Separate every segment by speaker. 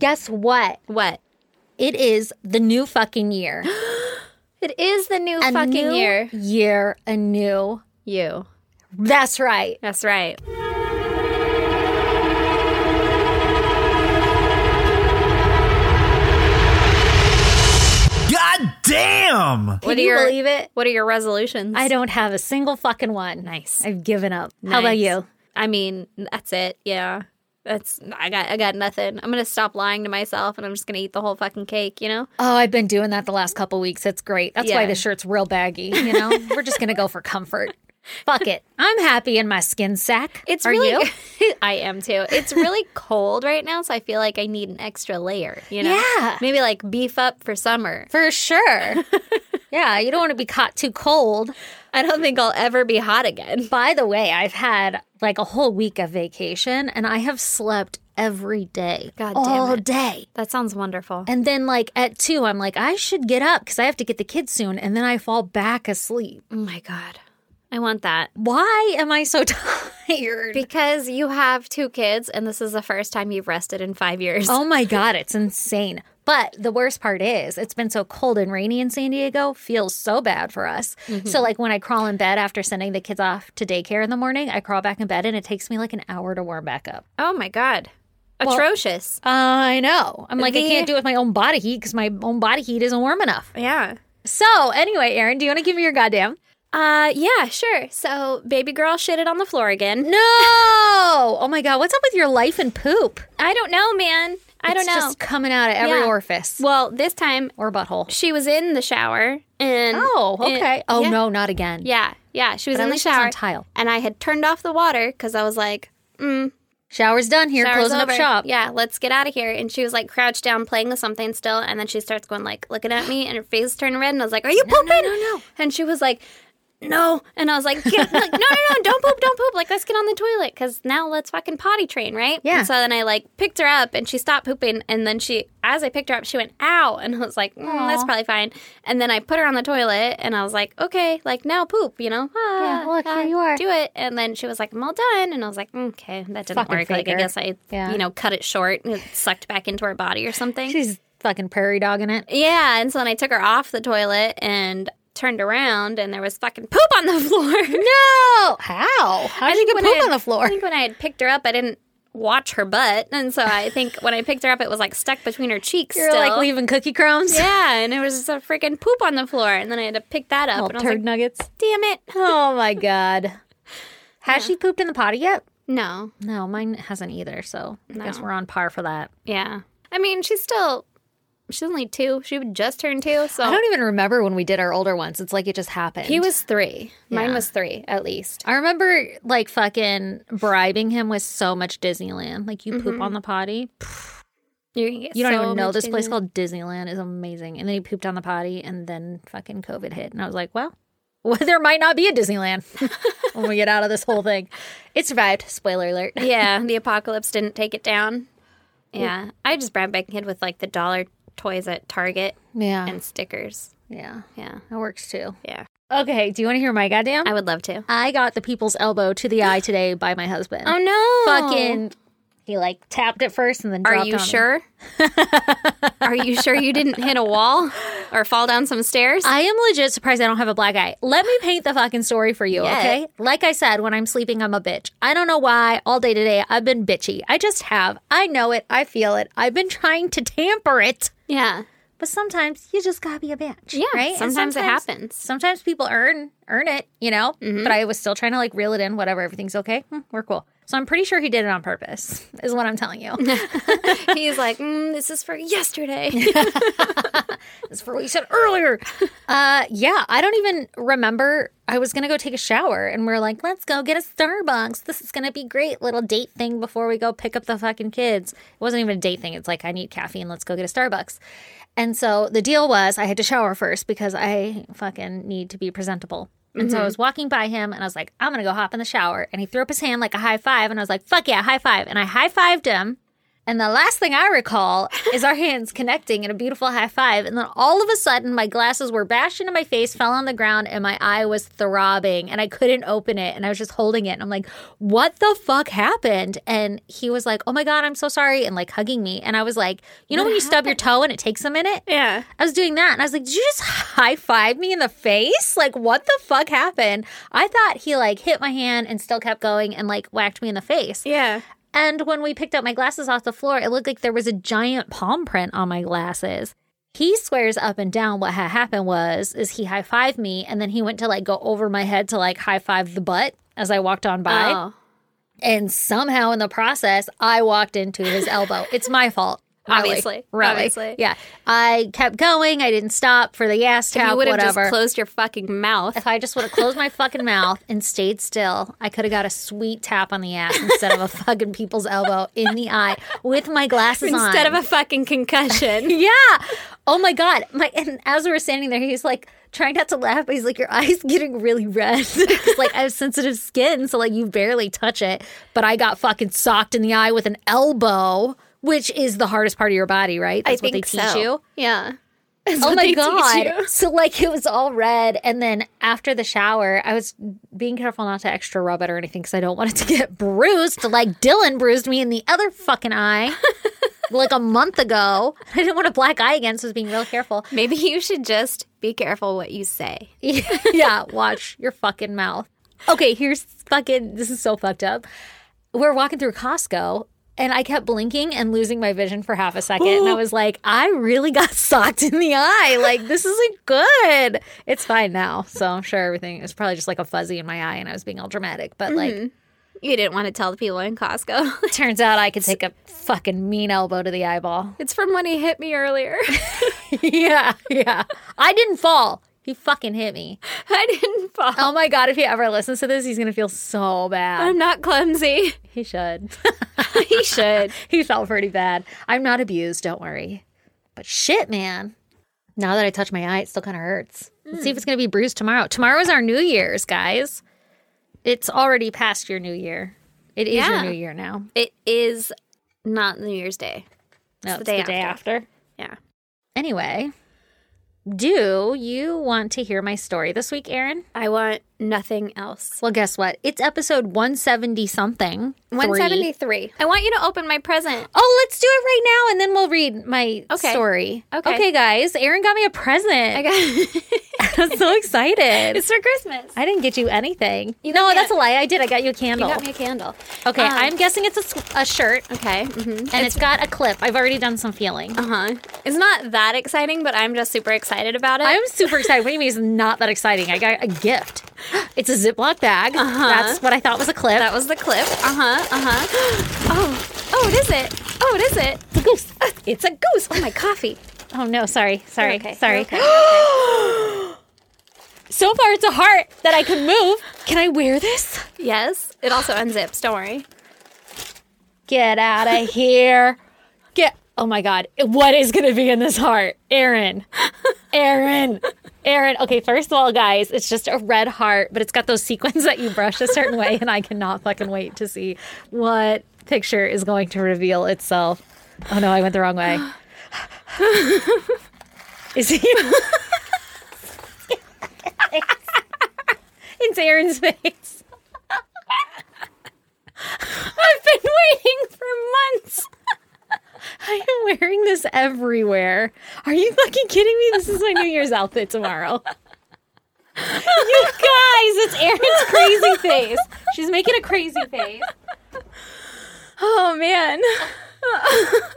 Speaker 1: Guess what?
Speaker 2: What?
Speaker 1: It is the new fucking year.
Speaker 2: It is the new
Speaker 1: A
Speaker 2: fucking
Speaker 1: new
Speaker 2: year.
Speaker 1: Year, a new.
Speaker 2: You.
Speaker 1: That's right.
Speaker 2: That's right.
Speaker 3: God damn!
Speaker 1: Can
Speaker 2: are
Speaker 1: you
Speaker 2: your-
Speaker 1: believe it?
Speaker 2: What are your resolutions?
Speaker 1: I don't have a single fucking one.
Speaker 2: Nice.
Speaker 1: I've given up. How about
Speaker 2: Nice.
Speaker 1: you?
Speaker 2: I mean, that's it. Yeah. That's I got I got nothing. I'm gonna stop lying to myself and I'm just gonna eat the whole fucking cake, you know?
Speaker 1: Oh, I've been doing that the last couple weeks. It's great. That's why
Speaker 2: Yeah.
Speaker 1: the shirt's real baggy. You know, we're just gonna go for comfort. Fuck it. I'm happy in my skin sack.
Speaker 2: It's
Speaker 1: Are
Speaker 2: really
Speaker 1: you?
Speaker 2: I am too. It's really cold right now, so I feel like I need an extra layer, you know?
Speaker 1: Yeah.
Speaker 2: Maybe like beef up for summer.
Speaker 1: for sure. yeah, you don't want to be caught too cold.
Speaker 2: I don't think I'll ever be hot again.
Speaker 1: By the way, I've had like a whole week of vacation, and I have slept every day,
Speaker 2: God damn
Speaker 1: all
Speaker 2: it.
Speaker 1: day.
Speaker 2: That sounds wonderful.
Speaker 1: And then, like at two, I'm like, I should get up because I have to get the kids soon. And then I fall back asleep.
Speaker 2: Oh my god. I want that.
Speaker 1: Why am I so tired?
Speaker 2: Because you have two kids and this is the first time you've rested in five years.
Speaker 1: oh my God, it's insane. But the worst part is, it's been so cold and rainy in San Diego, feels so bad for us. So, like, when I crawl in bed after sending the kids off to daycare in the morning, I crawl back in bed and it takes me like an hour to warm back up.
Speaker 2: Oh my god. Atrocious.
Speaker 1: I know. I'm like, I
Speaker 2: The-
Speaker 1: can't do it with my own body heat because my own body heat isn't warm enough.
Speaker 2: yeah.
Speaker 1: So, anyway, Erin, do you want to give me your goddamn?
Speaker 2: Uh yeah, sure. So baby girl shitted on the floor again.
Speaker 1: No! Oh my God, what's up with your life and poop?
Speaker 2: I don't know, man. I don't
Speaker 1: It's
Speaker 2: know.
Speaker 1: just coming out of every
Speaker 2: Yeah.
Speaker 1: orifice
Speaker 2: well, this time
Speaker 1: or butthole.
Speaker 2: she was in the shower and
Speaker 1: Oh,
Speaker 2: and-
Speaker 1: okay. oh,
Speaker 2: yeah.
Speaker 1: no, not again.
Speaker 2: Yeah. Yeah, she was
Speaker 1: But at
Speaker 2: in the
Speaker 1: least it's on
Speaker 2: shower.
Speaker 1: tile.
Speaker 2: And I had turned off the water cuz I was like,
Speaker 1: Shower's done here,
Speaker 2: Hours
Speaker 1: closing
Speaker 2: over.
Speaker 1: up shop.
Speaker 2: Yeah, let's get out of here. And she was like crouched down playing with something still, and then she starts going like looking at me, and her face turned red. And I was like, "Are you pooping?"
Speaker 1: no, no.
Speaker 2: And she was like, "No." And I was like, "Get- like, "No, no, no! Don't poop! Don't poop! Like, let's get on the toilet because now let's fucking potty train, right?"
Speaker 1: Yeah.
Speaker 2: And so then I like picked her up, and she stopped pooping, and then she, as I picked her up, she went ow, and I was like, mm, "That's probably fine." And then I put her on the toilet, and I was like, "Okay, like now poop," you know?
Speaker 1: Yeah,
Speaker 2: Ah,
Speaker 1: Oh, look,
Speaker 2: ah,
Speaker 1: here you are.
Speaker 2: Do it. And then she was like, "I'm all done," and I was like, "Okay, that didn't
Speaker 1: Fucking
Speaker 2: work." Like, I
Speaker 1: faker.
Speaker 2: guess I,
Speaker 1: Yeah.
Speaker 2: you know, cut it short and it sucked back into her body or something.
Speaker 1: She's fucking prairie dogging it.
Speaker 2: yeah. And so then I took her off the toilet and turned around and there was fucking poop on the floor.
Speaker 1: No! Oh, How? How did you get
Speaker 2: when
Speaker 1: poop
Speaker 2: I had-
Speaker 1: on the
Speaker 2: I
Speaker 1: floor?
Speaker 2: think when I had picked her up, I didn't watch her butt. And so I think when I picked her up, it was like stuck between her cheeks.
Speaker 1: You're
Speaker 2: still.
Speaker 1: like leaving cookie crumbs?
Speaker 2: Yeah. And it was just a freaking poop on the floor. And then I had to pick that up.
Speaker 1: Little
Speaker 2: and I was
Speaker 1: Oh, turd
Speaker 2: like,
Speaker 1: nuggets.
Speaker 2: damn it.
Speaker 1: Oh my god. Has she pooped in the potty yet?
Speaker 2: No.
Speaker 1: No, mine hasn't either. So I guess we're on par for that.
Speaker 2: Yeah. I mean, she's still, she's only two. She would just turn two. So
Speaker 1: I don't even remember when we did our older ones. It's like it just happened.
Speaker 2: He was three. Mine
Speaker 1: Yeah.
Speaker 2: was three, at least.
Speaker 1: I remember like fucking bribing him with so much Disneyland. Like you poop on the potty.
Speaker 2: You're gonna get
Speaker 1: You don't
Speaker 2: so
Speaker 1: even know
Speaker 2: much
Speaker 1: this place
Speaker 2: in-
Speaker 1: called Disneyland is amazing. And then he pooped on the potty, and then fucking COVID hit, and I was like, well, well there might not be a Disneyland when we get out of this whole thing. It survived. Spoiler alert.
Speaker 2: yeah, the apocalypse didn't take it down. Yeah, I just brand back kid with like the dollar toys at Target
Speaker 1: Yeah,
Speaker 2: and stickers.
Speaker 1: yeah,
Speaker 2: Yeah,
Speaker 1: that works too.
Speaker 2: yeah.
Speaker 1: Okay, do you want to hear my goddamn?
Speaker 2: I would love to.
Speaker 1: I got the people's elbow to the eye today by my husband.
Speaker 2: Oh, no! Fucking.
Speaker 1: Fucking, he like tapped it first and then.
Speaker 2: Are
Speaker 1: dropped
Speaker 2: you
Speaker 1: on me.
Speaker 2: sure? Are you sure you didn't hit a wall or fall down some stairs?
Speaker 1: I am legit surprised I don't have a black eye. Let me paint the fucking story for you,
Speaker 2: Yeah.
Speaker 1: okay? Like I said, when I'm sleeping, I'm a bitch. I don't know why. All day today, I've been bitchy. I just have. I know it. I feel it. I've been trying to tamper it,
Speaker 2: yeah,
Speaker 1: but sometimes you just gotta be a bitch.
Speaker 2: yeah.
Speaker 1: right. And
Speaker 2: Sometimes, it happens.
Speaker 1: sometimes people earn earn it, you know. But I was still trying to like reel it in. Whatever, everything's okay. Hmm, we're cool. So I'm pretty sure he did it on purpose, is what I'm telling you.
Speaker 2: He's like, mm, "This is for yesterday."
Speaker 1: It's for what you said earlier. uh, yeah, I don't even remember. I was gonna go take a shower, and we are like, let's go get a Starbucks. This is gonna be great. Little date thing before we go pick up the fucking kids. It wasn't even a date thing. It's like I need caffeine. Let's go get a Starbucks. And so the deal was, I had to shower first because I fucking need to be presentable. And so I was walking by him and I was like, I'm gonna go hop in the shower. And he threw up his hand like a high five. And I was like, fuck yeah, high five. And I high fived him. And the last thing I recall is our hands connecting in a beautiful high five. And then all of a sudden, my glasses were bashed into my face, fell on the ground, and my eye was throbbing and I couldn't open it. And I was just holding it. And I'm like, what the fuck happened? And he was like, oh my God, I'm so sorry. And like hugging me. And I was like, you know, when you stub your toe and it takes a minute?
Speaker 2: Yeah.
Speaker 1: I was doing that and I was like, Did you just high five me in the face? Like, what the fuck happened? I thought he like hit my hand and still kept going and like whacked me in the face.
Speaker 2: Yeah.
Speaker 1: And when we picked up my glasses off the floor, it looked like there was a giant palm print on my glasses. He swears up and down what had happened was is he high fived me and then he went to like go over my head to like high five the butt as I walked on by.
Speaker 2: Oh.
Speaker 1: And somehow in the process, I walked into his elbow. It's my fault. Really.
Speaker 2: Obviously.
Speaker 1: Really.
Speaker 2: Obviously.
Speaker 1: Yeah. I kept going. I didn't stop for the gas
Speaker 2: If
Speaker 1: tap,
Speaker 2: you would have just
Speaker 1: whatever.
Speaker 2: closed your fucking mouth.
Speaker 1: if I just would have closed my fucking mouth and stayed still, I could have got a sweet tap on the ass instead of a fucking people's elbow in the eye with my glasses on.
Speaker 2: Instead of a fucking concussion.
Speaker 1: Yeah. Oh my god. My and as we were standing there, he's like trying not to laugh, but he's like, "Your eyes getting really red." 'Cause, like I have sensitive skin, so like you barely touch it. But I got fucking socked in the eye with an elbow, which is the hardest part of your body, right? That's what they teach you.
Speaker 2: Yeah.
Speaker 1: Oh
Speaker 2: what
Speaker 1: my
Speaker 2: they teach
Speaker 1: god!
Speaker 2: you.
Speaker 1: So like it was all red, and then after the shower, I was being careful not to extra rub it or anything because I don't want it to get bruised. Like Dylan bruised me in the other fucking eye like a month ago. I didn't want a black eye again, so I was being real careful.
Speaker 2: Maybe you should just be careful what you say.
Speaker 1: yeah, watch your fucking mouth. Okay, here's fucking this is so fucked up. We're walking through Costco and I kept blinking and losing my vision for half a second. and I was like, I really got socked in the eye. Like, this isn't good. It's fine now. So I'm sure everything it was probably just like a fuzzy in my eye and I was being all dramatic. But like
Speaker 2: You didn't want to tell the people in Costco.
Speaker 1: turns out I could take a fucking mean elbow to the eyeball.
Speaker 2: it's from when he hit me earlier.
Speaker 1: yeah, yeah. I didn't fall. He fucking hit me.
Speaker 2: I didn't fall.
Speaker 1: Oh my god, if he ever listens to this, he's gonna feel so bad.
Speaker 2: I'm not clumsy.
Speaker 1: He should.
Speaker 2: he should.
Speaker 1: he felt pretty bad. I'm not abused, don't worry. But shit, man. Now that I touch my eye, it still kind of hurts. Let's see if it's going to be bruised tomorrow. Tomorrow is our New Year's, guys. It's already past your New Year. It is your
Speaker 2: Yeah.
Speaker 1: New Year now.
Speaker 2: It is not New Year's Day.
Speaker 1: No,
Speaker 2: It's the day after. Yeah.
Speaker 1: Anyway, do you want to hear my story this week, Erin?
Speaker 2: I want nothing else.
Speaker 1: Well, guess what? It's episode 170 something. three.
Speaker 2: 173. I want you to open my present.
Speaker 1: Oh, let's do it right now and then we'll read my
Speaker 2: Okay.
Speaker 1: story.
Speaker 2: Okay.
Speaker 1: Okay, guys. Erin got me a present.
Speaker 2: I got
Speaker 1: I'm so excited.
Speaker 2: It's for Christmas.
Speaker 1: I didn't get you anything. no, that's a lie. I did. I got you a candle.
Speaker 2: You got me a candle.
Speaker 1: okay,
Speaker 2: um,
Speaker 1: I'm guessing it's a, s- a shirt
Speaker 2: Okay. Mm-hmm.
Speaker 1: and it's got a clip. I've already done some feeling.
Speaker 2: Uh huh. It's not that exciting, but I'm just super excited about it.
Speaker 1: I'm super excited. What do you mean it's not that exciting? I got a gift. It's a Ziploc bag. That's what I thought was a clip.
Speaker 2: Uh-huh. that was the clip. Uh huh. Uh huh. Oh. Oh, it is it. Oh, it is it.
Speaker 1: was a goose.
Speaker 2: It's a goose. Oh, my coffee.
Speaker 1: Oh no, sorry. Sorry.
Speaker 2: okay.
Speaker 1: Sorry.
Speaker 2: You're okay.
Speaker 1: So far it's a heart that I can move. Can I wear this?
Speaker 2: Yes. It also unzips. Don't worry.
Speaker 1: Get out of here. Get. Oh my God. What is going to be in this heart? Aaron. Aaron. Aaron. Okay, first of all, guys, it's just a red heart, but it's got those sequins that you brush a certain way, and I cannot fucking wait to see what picture is going to reveal itself. Oh no, I went the wrong way. is he? it's Aaron's face. I've been waiting for months. I am wearing this everywhere. Are you fucking kidding me? This is my New Year's outfit tomorrow. You guys, it's Erin's crazy face. She's making a crazy face.
Speaker 2: Oh man,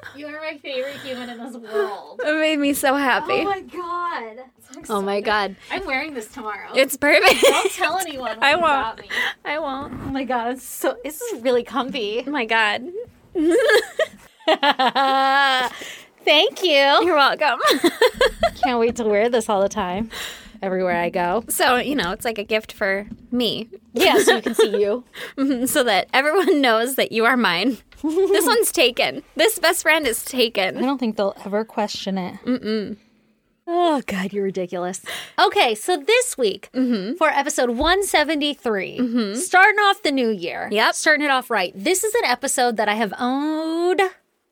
Speaker 1: You are my favorite human in this world.
Speaker 2: it made me so happy.
Speaker 1: Oh god.
Speaker 2: Oh my god,
Speaker 1: I'm wearing this tomorrow.
Speaker 2: it's perfect.
Speaker 1: Don't tell anyone.
Speaker 2: I you got won't. I won't.
Speaker 1: Oh my god, it's so this is really comfy.
Speaker 2: Oh my god,
Speaker 1: Thank you.
Speaker 2: you're welcome.
Speaker 1: Can't wait to wear this all the time. Everywhere I go.
Speaker 2: so you know, it's like a gift for me,
Speaker 1: Yeah, so you can see you.
Speaker 2: so that everyone knows that you are mine. this one's taken. This best friend is
Speaker 1: I
Speaker 2: taken.
Speaker 1: don't think they'll ever question it. Mm-mm. Oh, God, you're ridiculous. Okay, so this week
Speaker 2: Mm-hmm.
Speaker 1: for episode 173, starting off the new year.
Speaker 2: Yep.
Speaker 1: Starting it off right. This is an episode that I have owed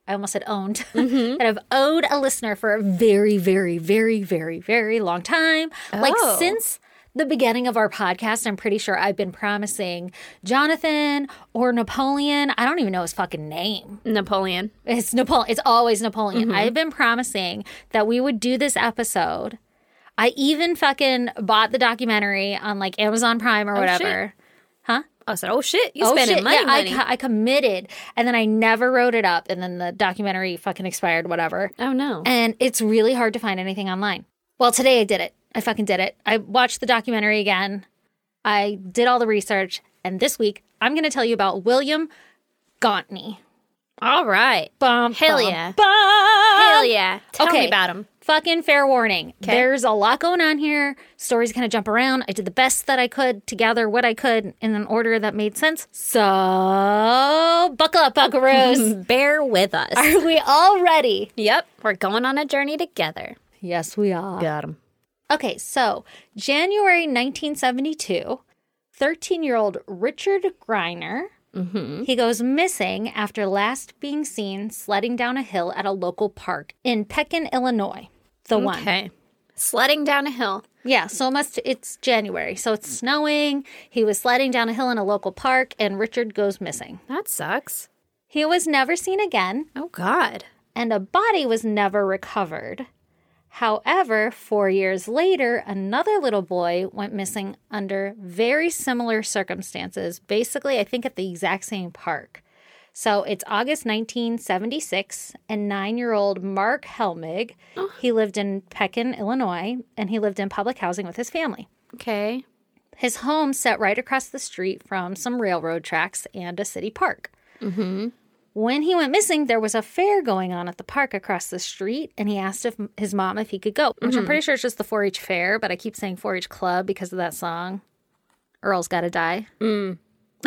Speaker 1: I almost said owned,
Speaker 2: Mm-hmm.
Speaker 1: that I've owed a listener for a very, very, very, very, very long time. Like
Speaker 2: Oh.
Speaker 1: since the beginning of our podcast, I'm pretty sure I've been promising Jonathan or Napoleon. I don't even know his fucking name.
Speaker 2: Napoleon.
Speaker 1: It's Napoleon. It's always Napoleon.
Speaker 2: Mm-hmm.
Speaker 1: I've been promising that we would do this episode. I even fucking bought the documentary on like Amazon Prime or
Speaker 2: Oh, shit.
Speaker 1: whatever.
Speaker 2: I said, oh shit, you spending money,
Speaker 1: yeah,
Speaker 2: money.
Speaker 1: I, co- I committed, and then I never wrote it up, and then the documentary fucking expired, whatever.
Speaker 2: oh no.
Speaker 1: And it's really hard to find anything online. Well, today I did it. I fucking did it. I watched the documentary again. I did all the research, and this week I'm going to tell you about William Gauntney.
Speaker 2: All right.
Speaker 1: Bum,
Speaker 2: Hell
Speaker 1: bum,
Speaker 2: yeah.
Speaker 1: bum.
Speaker 2: Hell yeah. Tell
Speaker 1: Okay.
Speaker 2: me about him.
Speaker 1: Fucking fair warning. There's a lot going on here. Stories kind of jump around. I did the best that I could to gather what I could in an order that made sense. So, buckle up, buckaroos.
Speaker 2: Bear with us.
Speaker 1: are we all ready?
Speaker 2: yep. We're going on a journey together.
Speaker 1: Yes, we are.
Speaker 2: Got him.
Speaker 1: Okay, so January 1972, 13 year old Richard Greiner.
Speaker 2: Mm-hmm.
Speaker 1: He goes missing after last being seen sledding down a hill at a local park in Pekin, Illinois. The one.
Speaker 2: Okay. Sledding down a hill.
Speaker 1: Yeah, so it must it's January, so it's snowing. He was sliding down a hill in a local park, and Richard goes missing.
Speaker 2: That sucks.
Speaker 1: He was never seen again,
Speaker 2: Oh God.
Speaker 1: and a body was never recovered. However, four years later, another little boy went missing under very similar circumstances, basically, I think at the exact same park. So it's August 1976, and nine year old Mark Helmig, he lived in Pekin, Illinois, and he lived in public housing with his family.
Speaker 2: Okay.
Speaker 1: His home set right across the street from some railroad tracks and a city park. When he went missing, there was a fair going on at the park across the street, and he asked if his mom if he could go, which I'm pretty sure it's just the 4-H fair, but I keep saying 4-H club because of that song. Earl's Gotta Die.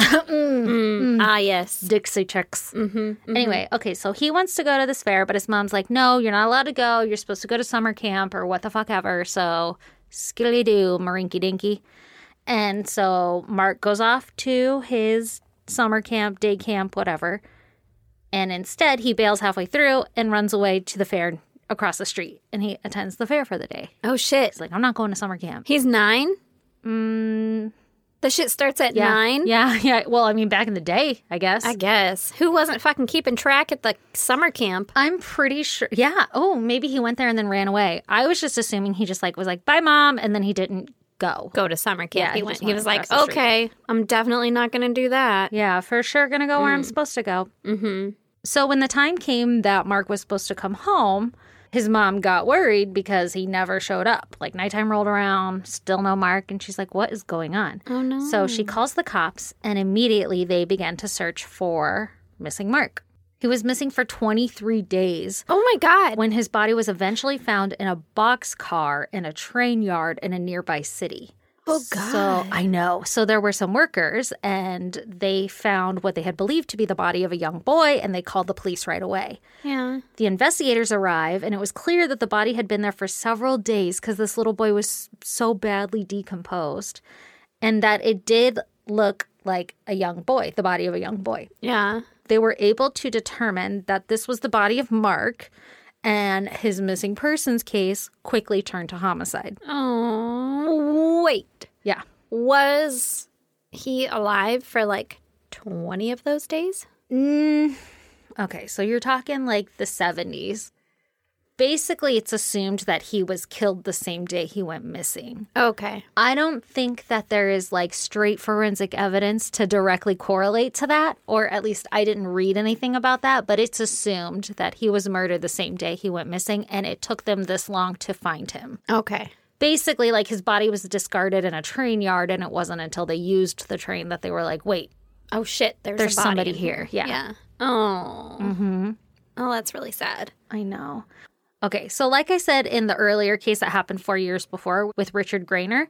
Speaker 2: Ah yes.
Speaker 1: Dixie Chicks. Mm-hmm, Anyway, okay, so he wants to go to this fair, but his mom's like, no, you're not allowed to go. You're supposed to go to summer camp or what the fuck ever. So, skilly doo, marinky dinky. And so Mark goes off to his summer camp, day camp, whatever. And instead, he bails halfway through and runs away to the fair across the street. And he attends the fair for the day.
Speaker 2: Oh shit.
Speaker 1: He's like, I'm not going to summer camp.
Speaker 2: He's nine. Mm. The shit starts at
Speaker 1: Yeah.
Speaker 2: nine.
Speaker 1: Yeah, yeah. Well, I mean, back in the day, I guess.
Speaker 2: I guess. Who wasn't fucking keeping track at the summer camp?
Speaker 1: I'm pretty sure. Yeah. Oh, maybe he went there and then ran away. I was just assuming he just like was like, "Bye, mom," and then he didn't go.
Speaker 2: Go to summer camp.
Speaker 1: Yeah,
Speaker 2: he
Speaker 1: he
Speaker 2: went.
Speaker 1: just
Speaker 2: He
Speaker 1: wanted
Speaker 2: was
Speaker 1: to
Speaker 2: like,
Speaker 1: cross the street.
Speaker 2: okay, I'm definitely not going to do that.
Speaker 1: Yeah, for sure, gonna go where
Speaker 2: Mm.
Speaker 1: I'm supposed to go. Mm-hmm. So when the time came that Mark was supposed to come home, his mom got worried because he never showed up. Like nighttime rolled around, still no Mark, and she's like, "What is going on?"
Speaker 2: Oh no.
Speaker 1: So she calls the cops, and immediately they began to search for missing Mark. He was missing for 23 days.
Speaker 2: Oh my god.
Speaker 1: when his body was eventually found in a box car in a train yard in a nearby city.
Speaker 2: Oh,
Speaker 1: So I know. So there were some workers and they found what they had believed to be the body of a young boy and they called the police right away.
Speaker 2: Yeah.
Speaker 1: The investigators arrive and it was clear that the body had been there for several days cuz this little boy was so badly decomposed and that it did look like a young boy, the body of a young boy
Speaker 2: Yeah.
Speaker 1: they were able to determine that this was the body of Mark, and his missing persons case quickly turned to homicide.
Speaker 2: Oh wait.
Speaker 1: Yeah.
Speaker 2: Was he alive for like twenty of those days?
Speaker 1: Okay, so you're talking like the 70s. Basically, it's assumed that he was killed the same day he went missing.
Speaker 2: Okay.
Speaker 1: I don't think that there is like straight forensic evidence to directly correlate to that, or at least I didn't read anything about that, but it's assumed that he was murdered the same day he went missing, and it took them this long to find him.
Speaker 2: Okay.
Speaker 1: basically like his body was discarded in a train yard and it wasn't until they used the train that they were like wait
Speaker 2: Oh shit. There's, a
Speaker 1: there's
Speaker 2: body
Speaker 1: somebody
Speaker 2: in
Speaker 1: here yeah.
Speaker 2: Yeah. Oh. Mm-hmm. Oh, that's really sad.
Speaker 1: i know okay so like i said in the earlier case that happened four years before with richard grainer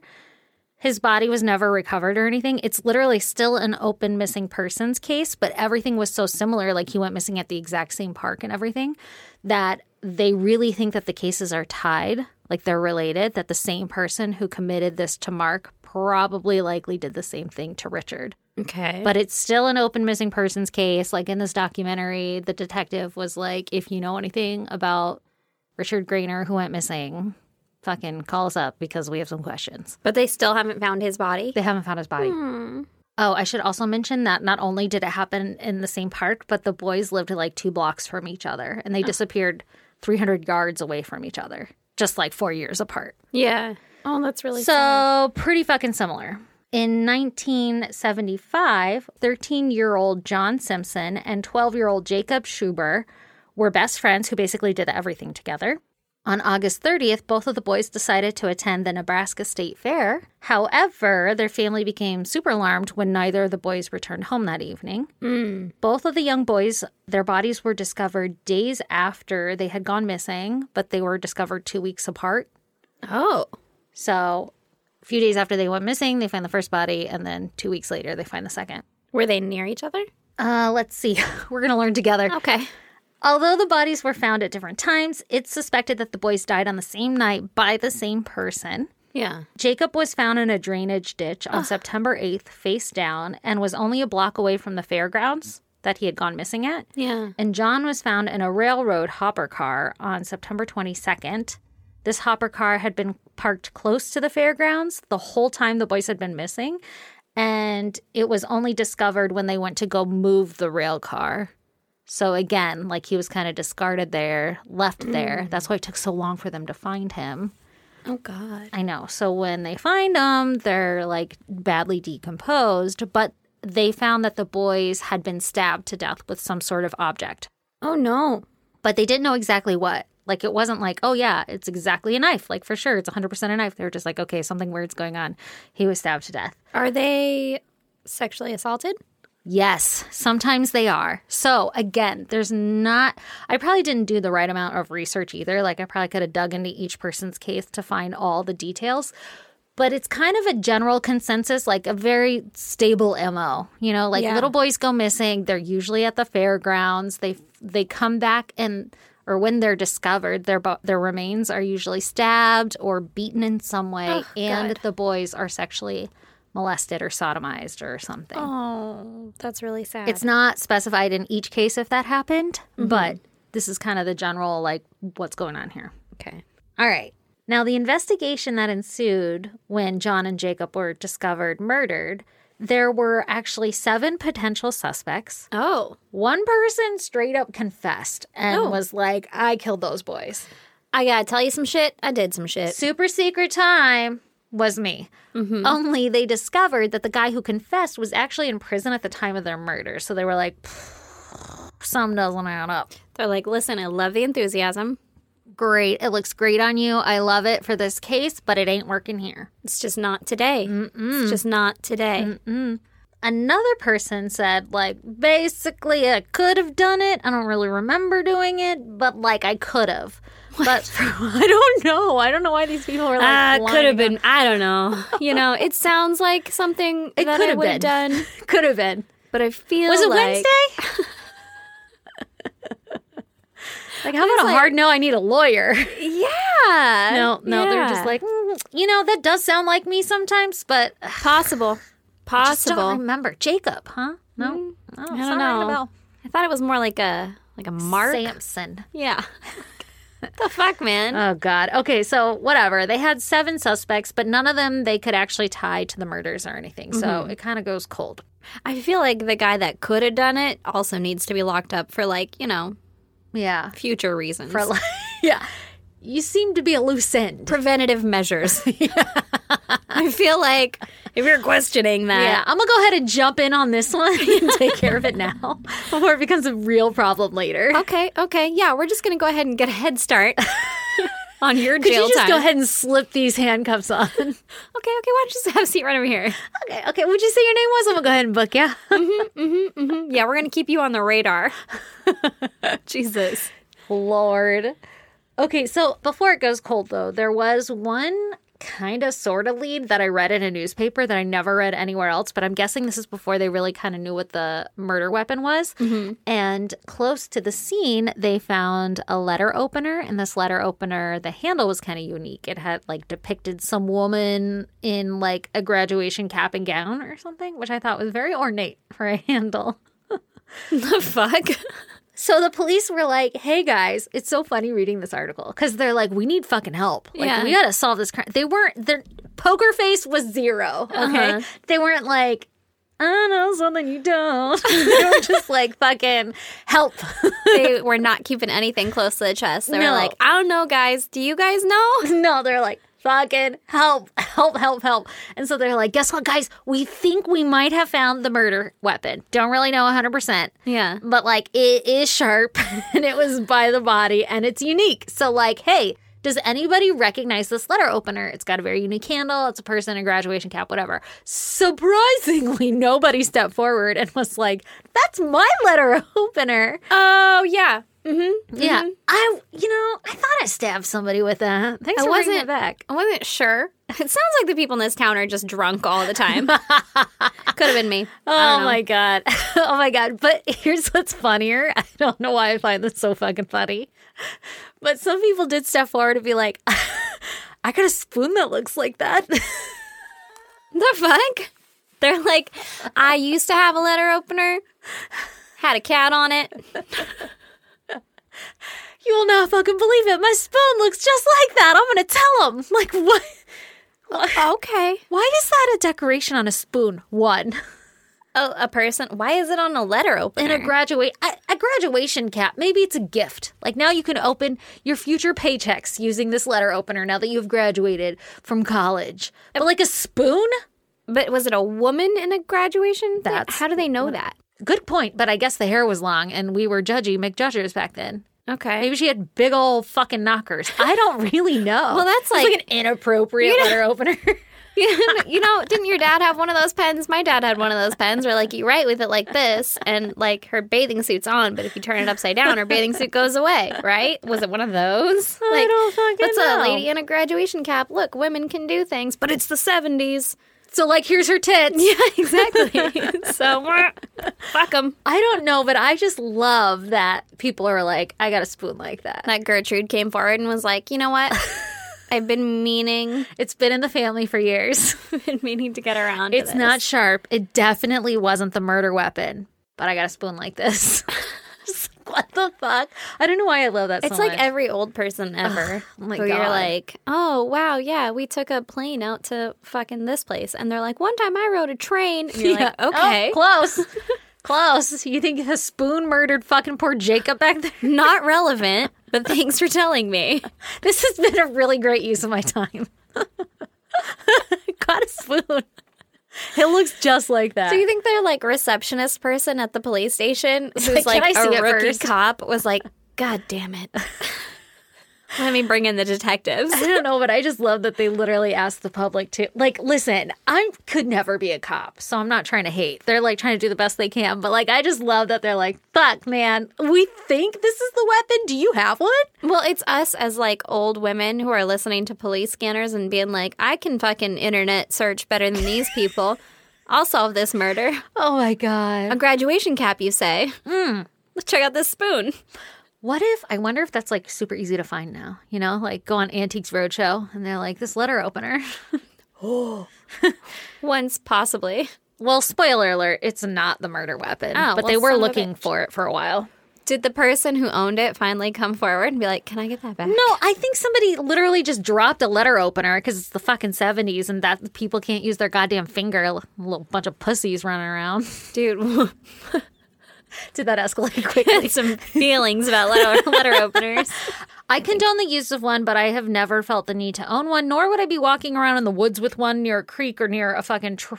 Speaker 1: his body was never recovered or anything it's literally still an open missing persons case but everything was so similar like he went missing at the exact same park and everything that they really think that the cases are tied like they're related that the same person who committed this to mark probably likely did the same thing to richard
Speaker 2: Okay.
Speaker 1: but it's still an open missing persons case. Like in this documentary, the detective was like, if you know anything about Richard Grainer who went missing, fucking call us up because we have some questions.
Speaker 2: but they still haven't found his body.
Speaker 1: They haven't found his body.
Speaker 2: Hmm.
Speaker 1: Oh, I should also mention that not only did it happen in the same park, but the boys lived like two blocks from each other and they disappeared 300 yards away from each other, just like four years apart.
Speaker 2: Yeah. Oh, that's really sad.
Speaker 1: So, pretty fucking similar. In 1975, 13 year old John Simpson and 12 year old Jacob Schuber were best friends who basically did everything together. On August 30th, both of the boys decided to attend the Nebraska State Fair. However, their family became super alarmed when neither of the boys returned home that evening.
Speaker 2: Mm.
Speaker 1: Both of the young boys, their bodies were discovered days after they had gone missing, but they were discovered two weeks apart.
Speaker 2: Oh.
Speaker 1: So, a few days after they went missing, they find the first body, and then two weeks later, they find the second.
Speaker 2: Were they near each other?
Speaker 1: Uh, let's see. We're going to learn together.
Speaker 2: Okay.
Speaker 1: Although the bodies were found at different times, it's suspected that the boys died on the same night by the same person.
Speaker 2: Yeah.
Speaker 1: Jacob was found in a drainage ditch on September 8th, face down, and was only a block away from the fairgrounds that he had gone missing at.
Speaker 2: Yeah.
Speaker 1: And John was found in a railroad hopper car on September 22nd. This hopper car had been parked close to the fairgrounds the whole time the boys had been missing. And it was only discovered when they went to go move the rail car. So again, like he was kind of discarded there, left there. That's why it took so long for them to find him.
Speaker 2: Oh God.
Speaker 1: I know. So when they find them, they're like badly decomposed, but they found that the boys had been stabbed to death with some sort of object
Speaker 2: Oh no.
Speaker 1: but they didn't know exactly what. Like it wasn't like, oh yeah, it's exactly a knife. Like for sure, it's 100% a knife. They were just like, okay, something weird's going on. He was stabbed to death.
Speaker 2: Are they sexually assaulted?
Speaker 1: Yes, sometimes they are. So again, there's not, I probably didn't do the right amount of research either. Like I probably could have dug into each person's case to find all the details. But it's kind of a general consensus, like a very stable MO. You know, like
Speaker 2: Yeah.
Speaker 1: little boys go missing. They're usually at the fairgrounds. They they come back and or when they're discovered, their bo- their remains are usually stabbed or beaten in some way, and
Speaker 2: Oh, God.
Speaker 1: the boys are sexually molested or sodomized or something.
Speaker 2: Oh, that's really sad.
Speaker 1: It's not specified in each case if that happened, but this is kind of the general, like, what's going on here.
Speaker 2: okay.
Speaker 1: All right. Now, the investigation that ensued when John and Jacob were discovered murdered, there were actually seven potential suspects.
Speaker 2: Oh,
Speaker 1: One person straight up confessed and was like, I killed those boys.
Speaker 2: I gotta tell you some shit. I did some shit.
Speaker 1: Super secret time was me. Only they discovered that the guy who confessed was actually in prison at the time of their murder. So they were like, some doesn't add up.
Speaker 2: They're like, listen, I love the enthusiasm.
Speaker 1: Great. It looks great on you. I love it for this case, but it ain't working here.
Speaker 2: It's just not today. It's just not today.
Speaker 1: Another person said, like, basically, I could have done it. I don't really remember doing it, but like, I could have. But I don't know. I don't know why these people were like,
Speaker 2: Ah,
Speaker 1: lying
Speaker 2: could have
Speaker 1: about-
Speaker 2: been. I don't know. You know, it sounds like something that
Speaker 1: could
Speaker 2: I
Speaker 1: have
Speaker 2: would have
Speaker 1: been.
Speaker 2: done,
Speaker 1: Could have been.
Speaker 2: but I feel
Speaker 1: Was it
Speaker 2: like,
Speaker 1: Wednesday? like, how about a
Speaker 2: like-
Speaker 1: hard no? I need a lawyer.
Speaker 2: Yeah.
Speaker 1: no, no, they're
Speaker 2: Yeah.
Speaker 1: just like, "Mm, you know, that does sound like me sometimes, but I
Speaker 2: possible,
Speaker 1: just don't
Speaker 2: possible.
Speaker 1: remember. Jacob, huh? No, oh, I don't
Speaker 2: know. I thought it was more like a like a mark.
Speaker 1: Samson.
Speaker 2: Yeah. the fuck, man.
Speaker 1: Oh God. Okay, so whatever. They had seven suspects, but none of them they could actually tie to the murders or anything. So it kind of goes cold.
Speaker 2: I feel like the guy that could have done it also needs to be locked up for like you know
Speaker 1: Yeah.
Speaker 2: future reasons
Speaker 1: For like, yeah. You seem to be a loose end.
Speaker 2: preventative measures. I feel like if you're questioning that,
Speaker 1: Yeah, Uh, I'm gonna go ahead and jump in on this one and take care of it now before it becomes a real problem later.
Speaker 2: Okay, okay. Yeah, we're just going to go ahead and get a head start on your
Speaker 1: Could
Speaker 2: jail
Speaker 1: you just
Speaker 2: time.
Speaker 1: go ahead and slip these handcuffs on? okay,
Speaker 2: Okay, okay. Why don't you just have a seat right over here?
Speaker 1: okay. Would you say your name was? I'm gonna go ahead and book you.
Speaker 2: yeah, we're going to keep you on the radar. Jesus.
Speaker 1: Lord. Okay, so before it goes cold though, there was one kind of sort of lead that I read in a newspaper that I never read anywhere else, but I'm guessing this is before they really kind of knew what the murder weapon was. And close to the scene, they found a letter opener. And this letter opener, the handle was kind of unique. It had like depicted some woman in like a graduation cap and gown or something, which I thought was very ornate for a handle.
Speaker 2: the fuck?
Speaker 1: So the police were like, "Hey guys, it's so funny reading this article because they're like, we need fucking help. Like,
Speaker 2: Yeah.
Speaker 1: we gotta solve this crime." They weren't their poker face was zero. Okay,
Speaker 2: Uh-huh.
Speaker 1: they weren't like, "I know something you don't." they were just like, "Fucking help."
Speaker 2: they were not keeping anything close to the chest. They
Speaker 1: No.
Speaker 2: were like, I don't know, guys. Do you guys know?
Speaker 1: no, they're like, "Fucking help, help, help, help." And so they're like, "Guess what, guys? We think we might have found the murder weapon. Don't really know hundred percent."
Speaker 2: Yeah.
Speaker 1: but like it is sharp and it was by the body and it's unique. So like, hey, does anybody recognize this letter opener? It's got a very unique handle. It's a person in a graduation cap, whatever. Surprisingly, nobody stepped forward and was like, "That's my letter opener."
Speaker 2: Oh, yeah.
Speaker 1: Yeah, I, you know, I thought I stabbed somebody with that. Thanks for bringing it
Speaker 2: wasn't-
Speaker 1: back.
Speaker 2: I wasn't sure. It sounds like the people in this town are just drunk all the time. Could have been me. I
Speaker 1: Oh
Speaker 2: don't know.
Speaker 1: my god. Oh my god. But here's what's funnier. I don't know why I find this so fucking funny. But some people did step forward and be like, I got a spoon that looks like that.
Speaker 2: The fuck? They're like, I used to have a letter opener, had a cat on it.
Speaker 1: You will not fucking believe it. My spoon looks just like that. I'm gonna tell them. Like what
Speaker 2: Okay.
Speaker 1: why is that a decoration on a spoon? One.
Speaker 2: Oh, a person. Why is it on a letter
Speaker 1: And
Speaker 2: opener?
Speaker 1: a graduate a, a graduation cap. Maybe it's a gift. Like now you can open your future paychecks using this letter opener now that you've graduated from college. But like a spoon?
Speaker 2: but was it a woman in a graduation?
Speaker 1: That's-
Speaker 2: How do they know that?
Speaker 1: Good point, but I guess the hair was long and we were judgy McJudgers back then.
Speaker 2: Okay.
Speaker 1: Maybe she had big old fucking knockers. I don't really know.
Speaker 2: Well, that's
Speaker 1: It's like,
Speaker 2: like-
Speaker 1: an inappropriate
Speaker 2: You know-
Speaker 1: letter opener.
Speaker 2: you know, didn't your dad have one of those pens? My dad had one of those pens where, like, you write with it like this, and like her bathing suit's on, but if you turn it upside down, her bathing suit goes away, right? Was it one of those? Like,
Speaker 1: don't fucking
Speaker 2: what's
Speaker 1: know.
Speaker 2: a lady in a graduation cap? Look, women can do things, but it's the 70s.
Speaker 1: so, like, here's her tits.
Speaker 2: Yeah, exactly. so, wah, fuck them.
Speaker 1: I don't know, but I just love that people are like, I got a spoon like that.
Speaker 2: That Gertrude came forward and was like, you know what? I've been meaning,
Speaker 1: It's been in the family for years.
Speaker 2: been meaning to get around. to
Speaker 1: It's
Speaker 2: this.
Speaker 1: not sharp. It definitely wasn't the murder weapon, but I got a spoon like this. Just like, what the fuck? I don't know why I love that so
Speaker 2: It's like
Speaker 1: much.
Speaker 2: every old person ever.
Speaker 1: oh my
Speaker 2: where you're
Speaker 1: God.
Speaker 2: like, oh wow, yeah, we took a plane out to fucking this place, and they're like, one time I rode a train. And you're like,
Speaker 1: Yeah.
Speaker 2: okay,
Speaker 1: Oh, close. close. You think the spoon murdered fucking poor Jacob back there?
Speaker 2: not relevant, but thanks for telling me.
Speaker 1: This has been a really great use of my time. Got a spoon. It looks just like that.
Speaker 2: Do you think their like receptionist person at the police station, who's
Speaker 1: like, "Can
Speaker 2: like,
Speaker 1: I see
Speaker 2: a
Speaker 1: it
Speaker 2: rookie
Speaker 1: first?"
Speaker 2: cop, was like, God damn it, let me bring in the detectives.
Speaker 1: I don't know, but I just love that they literally asked the public to like listen, I could never be a cop, so I'm not trying to hate. They're like trying to do the best they can, but like I just love that they're like, fuck man, we think this is the weapon. Do you have one?
Speaker 2: Well, it's us as like old women who are listening to police scanners and being like, I can fucking internet search better than these people. I'll solve this murder.
Speaker 1: Oh my god.
Speaker 2: A graduation cap, you say? Mm. Check out this spoon.
Speaker 1: What if I wonder if that's like super easy to find now? You know, like go on Antiques Roadshow and they're like this letter opener.
Speaker 2: Once, possibly.
Speaker 1: Well, spoiler alert, it's not the murder weapon,
Speaker 2: Oh,
Speaker 1: but
Speaker 2: well,
Speaker 1: they were
Speaker 2: son of a
Speaker 1: looking for it for a while.
Speaker 2: Did the person who owned it finally come forward and be like, Can I get that back?
Speaker 1: No, I think somebody literally just dropped a letter opener because it's the fucking seventies and that people can't use their goddamn finger. A little bunch of pussies running around.
Speaker 2: Dude,
Speaker 1: Did that escalate quickly?
Speaker 2: some feelings about letter, letter openers.
Speaker 1: I condone the use of one, but I have never felt the need to own one. Nor would I be walking around in the woods with one near a creek or near a fucking tr-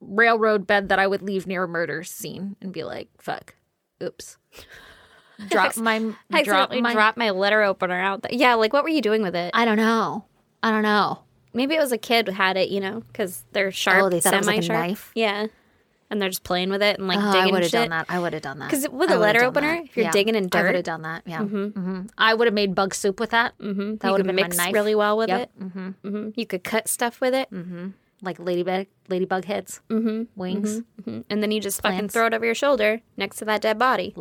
Speaker 1: railroad bed that I would leave near a murder scene and be like, "Fuck, oops." Drop my
Speaker 2: I
Speaker 1: drop
Speaker 2: accidentally
Speaker 1: my.
Speaker 2: dropped my letter opener out there. Yeah, like, what were you doing with it?
Speaker 1: I don't know. I don't know.
Speaker 2: Maybe it was a kid who had it, you know, because they're sharp.
Speaker 1: Oh, they thought it was like a
Speaker 2: semi-sharp.
Speaker 1: knife?
Speaker 2: Yeah. and they're just playing with it and like
Speaker 1: Oh, I
Speaker 2: digging
Speaker 1: would
Speaker 2: and
Speaker 1: have done
Speaker 2: shit.
Speaker 1: that. I would have done that.
Speaker 2: 'Cause with
Speaker 1: I
Speaker 2: a
Speaker 1: would've
Speaker 2: letter
Speaker 1: done
Speaker 2: opener,
Speaker 1: that.
Speaker 2: if you're digging
Speaker 1: I
Speaker 2: in
Speaker 1: would
Speaker 2: dirt-
Speaker 1: have done that. Yeah. hmm I would have made bug soup with that. Mm-hmm. That
Speaker 2: You
Speaker 1: would have
Speaker 2: could
Speaker 1: been
Speaker 2: mix
Speaker 1: my knife.
Speaker 2: really well with
Speaker 1: Yep. Mm-hmm.
Speaker 2: it. Mm-hmm. You could cut stuff with it,
Speaker 1: Like ladybug, ladybug heads, mm-hmm. wings.
Speaker 2: Mhm. and then you just fucking
Speaker 1: Plants.
Speaker 2: throw it over your shoulder next to that dead body.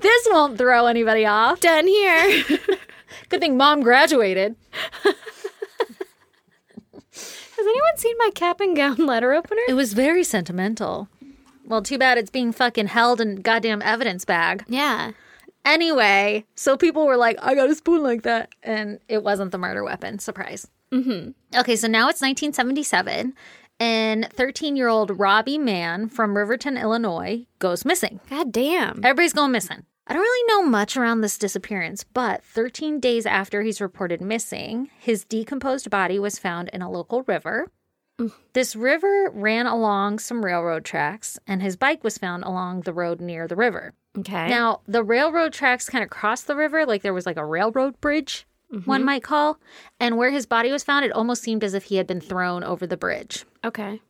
Speaker 1: This won't throw anybody off.
Speaker 2: Done here.
Speaker 1: Good thing mom graduated.
Speaker 2: Has anyone seen my cap and gown letter opener?
Speaker 1: It was very sentimental. Well, too bad it's being fucking held in goddamn evidence bag.
Speaker 2: Yeah.
Speaker 1: Anyway, so people were like, I got a spoon like that. And it wasn't the murder weapon. Surprise. Mm-hmm. Okay, so now it's 1977, and 13 year old Robbie Mann from Riverton, Illinois goes missing.
Speaker 2: God damn.
Speaker 1: Everybody's going missing. I don't really know much around this disappearance, but 13 days after he's reported missing, his decomposed body was found in a local river. This river ran along some railroad tracks, and his bike was found along the road near the river.
Speaker 2: Okay.
Speaker 1: Now, the railroad tracks kind of crossed the river, like there was like a railroad bridge, one might call. And where his body was found, it almost seemed as if he had been thrown over the bridge.
Speaker 2: Okay.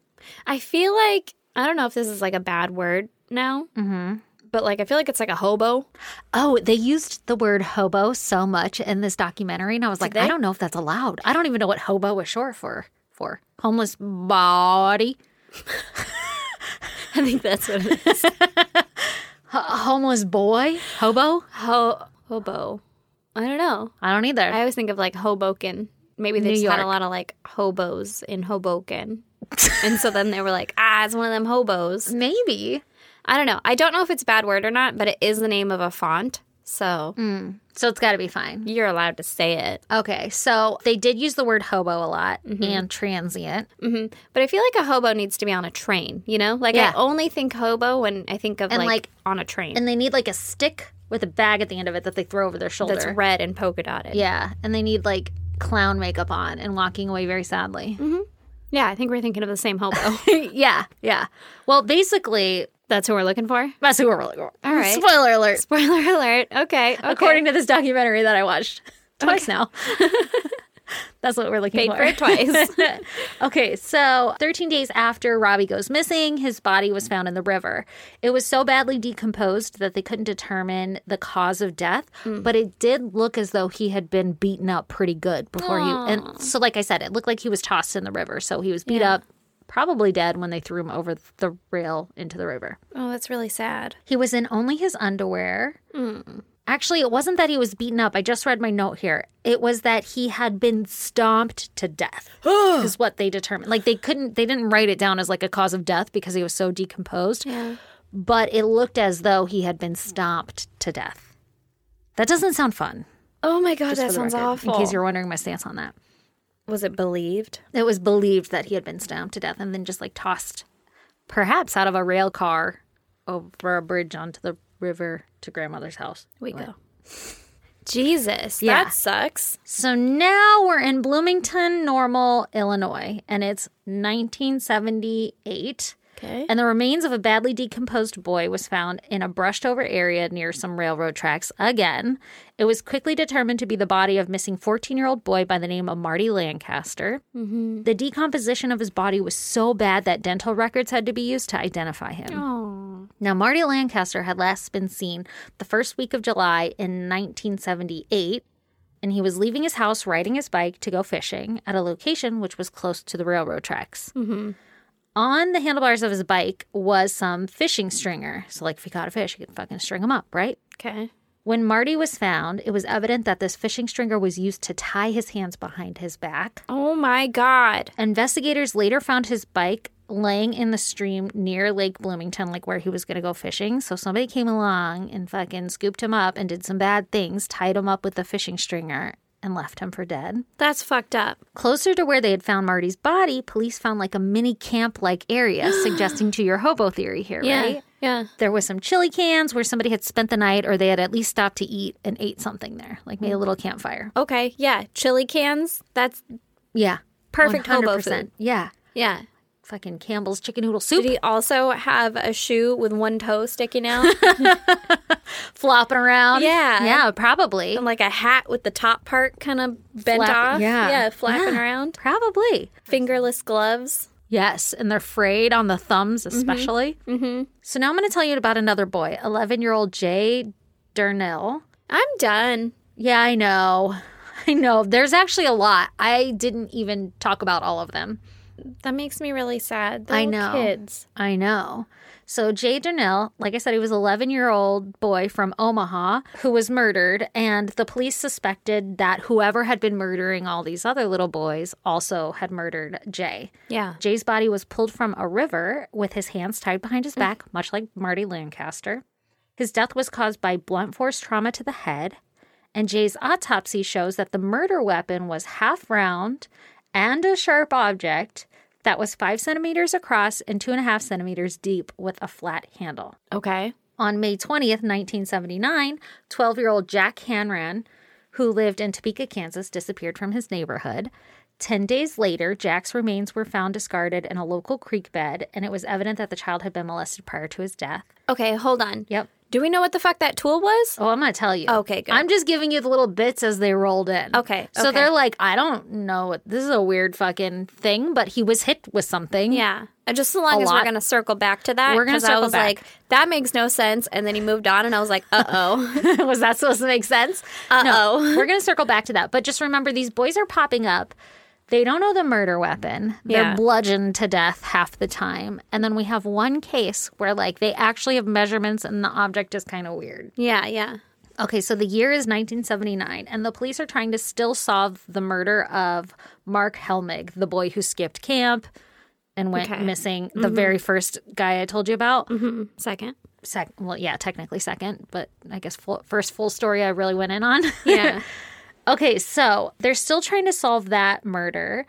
Speaker 2: I feel like I don't know if this is like a bad word now. Mm-hmm. But like I feel like it's like a hobo.
Speaker 1: Oh, they used the word hobo so much in this documentary, and I was like, I
Speaker 2: they?
Speaker 1: don't know if that's allowed. I don't even know what hobo was short for. For homeless body,
Speaker 2: I think that's what it is.
Speaker 1: a homeless boy, hobo.
Speaker 2: Ho- hobo. I don't know.
Speaker 1: I don't either.
Speaker 2: I always think of like Hoboken. Maybe they
Speaker 1: New
Speaker 2: just had a
Speaker 1: York.
Speaker 2: lot of like hobos in Hoboken. and so then they were like, ah, it's one of them hobos.
Speaker 1: Maybe.
Speaker 2: I don't know. I don't know if it's a bad word or not, but it is the name of a font. So
Speaker 1: Mm. So it's got to be fine.
Speaker 2: you're allowed to say it.
Speaker 1: Okay, so they did use the word hobo a lot
Speaker 2: Mm-hmm.
Speaker 1: and transient.
Speaker 2: But I feel like a hobo needs to be on a train, you know? Like
Speaker 1: Yeah.
Speaker 2: I only think hobo when I think of
Speaker 1: And,
Speaker 2: like,
Speaker 1: like-
Speaker 2: on a train.
Speaker 1: And they need like a stick with a bag at the end of it that they throw over their shoulder.
Speaker 2: that's red and polka dotted.
Speaker 1: Yeah, and they need like clown makeup on and walking away very sadly.
Speaker 2: Yeah, I think we're thinking of the same hobo.
Speaker 1: yeah, yeah. Well, basically,
Speaker 2: That's who we're looking for.
Speaker 1: that's who we're really going.
Speaker 2: All right.
Speaker 1: Spoiler alert.
Speaker 2: Spoiler alert. Okay. okay.
Speaker 1: According to this documentary that I watched twice now. That's what we're looking
Speaker 2: paid
Speaker 1: for.
Speaker 2: for it twice.
Speaker 1: okay, so 13 days after Robbie goes missing, his body was found in the river. It was so badly decomposed that they couldn't determine the cause of death,
Speaker 2: Mm.
Speaker 1: but it did look as though he had been beaten up pretty good before he. And so, like I said, it looked like he was tossed in the river. So he was beat up, probably dead when they threw him over the rail into the river.
Speaker 2: oh, that's really sad.
Speaker 1: He was in only his underwear.
Speaker 2: Hmm.
Speaker 1: Actually, it wasn't that he was beaten up. I just read my note here. It was that he had been stomped to death, is what they determined. Like they couldn't, they didn't write it down as like a cause of death because he was so decomposed.
Speaker 2: Yeah.
Speaker 1: But it looked as though he had been stomped to death. That doesn't sound fun.
Speaker 2: Oh my god,
Speaker 1: for
Speaker 2: that
Speaker 1: the
Speaker 2: sounds
Speaker 1: record,
Speaker 2: awful.
Speaker 1: In case you're wondering my stance on that,
Speaker 2: was it believed?
Speaker 1: it was believed that he had been stomped to death and then just like tossed, perhaps out of a rail car, over a bridge onto the river to grandmother's house.
Speaker 2: We go. Jesus,
Speaker 1: Yeah.
Speaker 2: that sucks.
Speaker 1: So now we're in Bloomington, Normal, Illinois, and it's 1978.
Speaker 2: Okay.
Speaker 1: And the remains of a badly decomposed boy was found in a brushed over area near some railroad tracks again. It was quickly determined to be the body of missing 14 year old boy by the name of Marty Lancaster. The decomposition of his body was so bad that dental records had to be used to identify him.
Speaker 2: Oh.
Speaker 1: Now, Marty Lancaster had last been seen the first week of July in 1978, and he was leaving his house riding his bike to go fishing at a location which was close to the railroad tracks. On the handlebars of his bike was some fishing stringer. So, like, if he caught a fish, he could fucking string him up, right?
Speaker 2: Okay.
Speaker 1: When Marty was found, it was evident that this fishing stringer was used to tie his hands behind his back.
Speaker 2: Oh my god.
Speaker 1: Investigators later found his bike laying in the stream near Lake Bloomington, like where he was going to go fishing. So somebody came along and fucking scooped him up and did some bad things, tied him up with a fishing stringer, and left him for dead.
Speaker 2: That's fucked up.
Speaker 1: Closer to where they had found Marty's body, police found like a mini camp like area, suggesting to your hobo theory here, right?
Speaker 2: Yeah.
Speaker 1: There was some chili cans where somebody had spent the night or they had at least stopped to eat and ate something there, like made a little campfire.
Speaker 2: Okay. Yeah. Chili cans. That's
Speaker 1: Yeah.
Speaker 2: Perfect hobo
Speaker 1: 100%.
Speaker 2: food.
Speaker 1: Yeah.
Speaker 2: yeah.
Speaker 1: Fucking Campbell's chicken noodle soup.
Speaker 2: Did he also have a shoe with one toe sticking out?
Speaker 1: flopping around.
Speaker 2: Yeah. Um,
Speaker 1: Yeah, probably.
Speaker 2: and like a hat with the top part kind of bent
Speaker 1: Flap-
Speaker 2: off.
Speaker 1: yeah.
Speaker 2: Yeah, flapping
Speaker 1: Yeah.
Speaker 2: around.
Speaker 1: Probably.
Speaker 2: Fingerless gloves.
Speaker 1: Yes, and they're frayed on the thumbs, especially.
Speaker 2: Mm-hmm.
Speaker 1: So now I'm going to tell you about another boy, 11 year old Jay Durnell.
Speaker 2: I'm done.
Speaker 1: Yeah, I know. I know. There's actually a lot. I didn't even talk about all of them.
Speaker 2: That makes me really sad. The
Speaker 1: I
Speaker 2: little
Speaker 1: know.
Speaker 2: Kids.
Speaker 1: I know. So Jay Durnell, like I said, he was 11 year old boy from Omaha who was murdered, and the police suspected that whoever had been murdering all these other little boys also had murdered Jay.
Speaker 2: Yeah.
Speaker 1: Jay's body was pulled from a river with his hands tied behind his back, much like Marty Lancaster. His death was caused by blunt force trauma to the head, and Jay's autopsy shows that the murder weapon was half round and a sharp object that was five centimeters across and two and a half centimeters deep with a flat handle.
Speaker 2: Okay.
Speaker 1: On May 20th, 1979, 12 year old Jack Hanran, who lived in Topeka, Kansas, disappeared from his neighborhood. Ten days later, Jack's remains were found discarded in a local creek bed, and it was evident that the child had been molested prior to his death.
Speaker 2: Okay, hold on.
Speaker 1: Yep.
Speaker 2: Do we know what the fuck that tool was?
Speaker 1: Oh, I'm going to tell you.
Speaker 2: Okay, good.
Speaker 1: I'm just giving you the little bits as they rolled in.
Speaker 2: Okay,
Speaker 1: So
Speaker 2: okay.
Speaker 1: they're like, I don't know. what- This is a weird fucking thing, but he was hit with something.
Speaker 2: Yeah. Uh, Just so long as
Speaker 1: lot.
Speaker 2: we're going to circle back to that.
Speaker 1: We're gonna
Speaker 2: 'cause I
Speaker 1: circle
Speaker 2: was
Speaker 1: back.
Speaker 2: like, that makes no sense. And then he moved on, and I was like, uh oh.
Speaker 1: was that supposed to make sense?
Speaker 2: Uh oh.
Speaker 1: We're going to circle back to that. But just remember, these boys are popping up. They don't know the murder weapon. They're
Speaker 2: Yeah.
Speaker 1: bludgeoned to death half the time. And then we have one case where, like, they actually have measurements and the object is kind of weird.
Speaker 2: Yeah, yeah.
Speaker 1: Okay, so the year is 1979, and the police are trying to still solve the murder of Mark Helmig, the boy who skipped camp and went
Speaker 2: Okay. Mm-hmm.
Speaker 1: missing, the very first guy I told you about.
Speaker 2: Second.
Speaker 1: Sec- well, yeah, technically second, but I guess full- first full story I really went in on.
Speaker 2: Yeah.
Speaker 1: Okay, so they're still trying to solve that murder.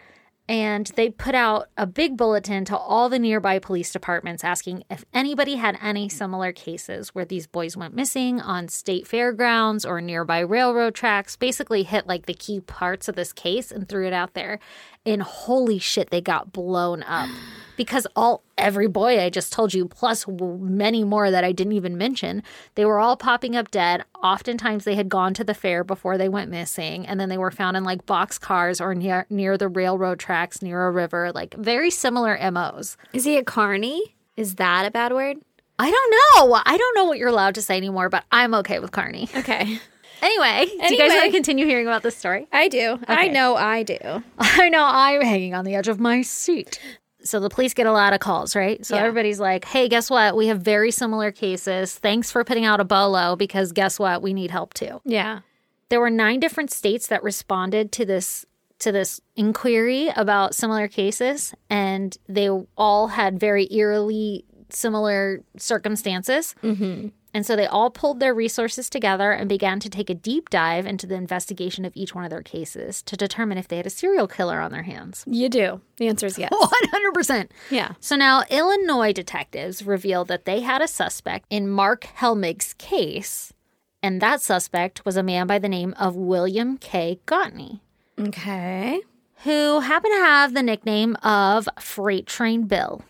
Speaker 1: And they put out a big bulletin to all the nearby police departments asking if anybody had any similar cases where these boys went missing on state fairgrounds or nearby railroad tracks. Basically, hit like the key parts of this case and threw it out there. And holy shit, they got blown up because all every boy I just told you, plus w- many more that I didn't even mention, they were all popping up dead. Oftentimes, they had gone to the fair before they went missing, and then they were found in like boxcars or near near the railroad tracks, near a river, like very similar MOs.
Speaker 2: Is he a carny? Is that a bad word?
Speaker 1: I don't know. I don't know what you're allowed to say anymore, but I'm okay with Carney.
Speaker 2: Okay.
Speaker 1: Anyway, do you guys want to
Speaker 2: Anyway.
Speaker 1: continue hearing about this story?
Speaker 2: I do. I know I do.
Speaker 1: I know I'm hanging on the edge of my seat. So the police get a lot of calls, right? So
Speaker 2: Yeah.
Speaker 1: everybody's like, "Hey, guess what? We have very similar cases. Thanks for putting out a bolo because guess what? We need help too."
Speaker 2: Yeah.
Speaker 1: There were 9 different states that responded to this to this inquiry about similar cases and they all had very eerily similar circumstances. And so they all pulled their resources together and began to take a deep dive into the investigation of each one of their cases to determine if they had a serial killer on their hands.
Speaker 2: You do. The answer is yes.
Speaker 1: 100%.
Speaker 2: Yeah.
Speaker 1: So now Illinois detectives revealed that they had a suspect in Mark Helmig's case, and that suspect was a man by the name of William K. Gottney,
Speaker 2: Okay.
Speaker 1: who happened to have the nickname of Freight Train Bill.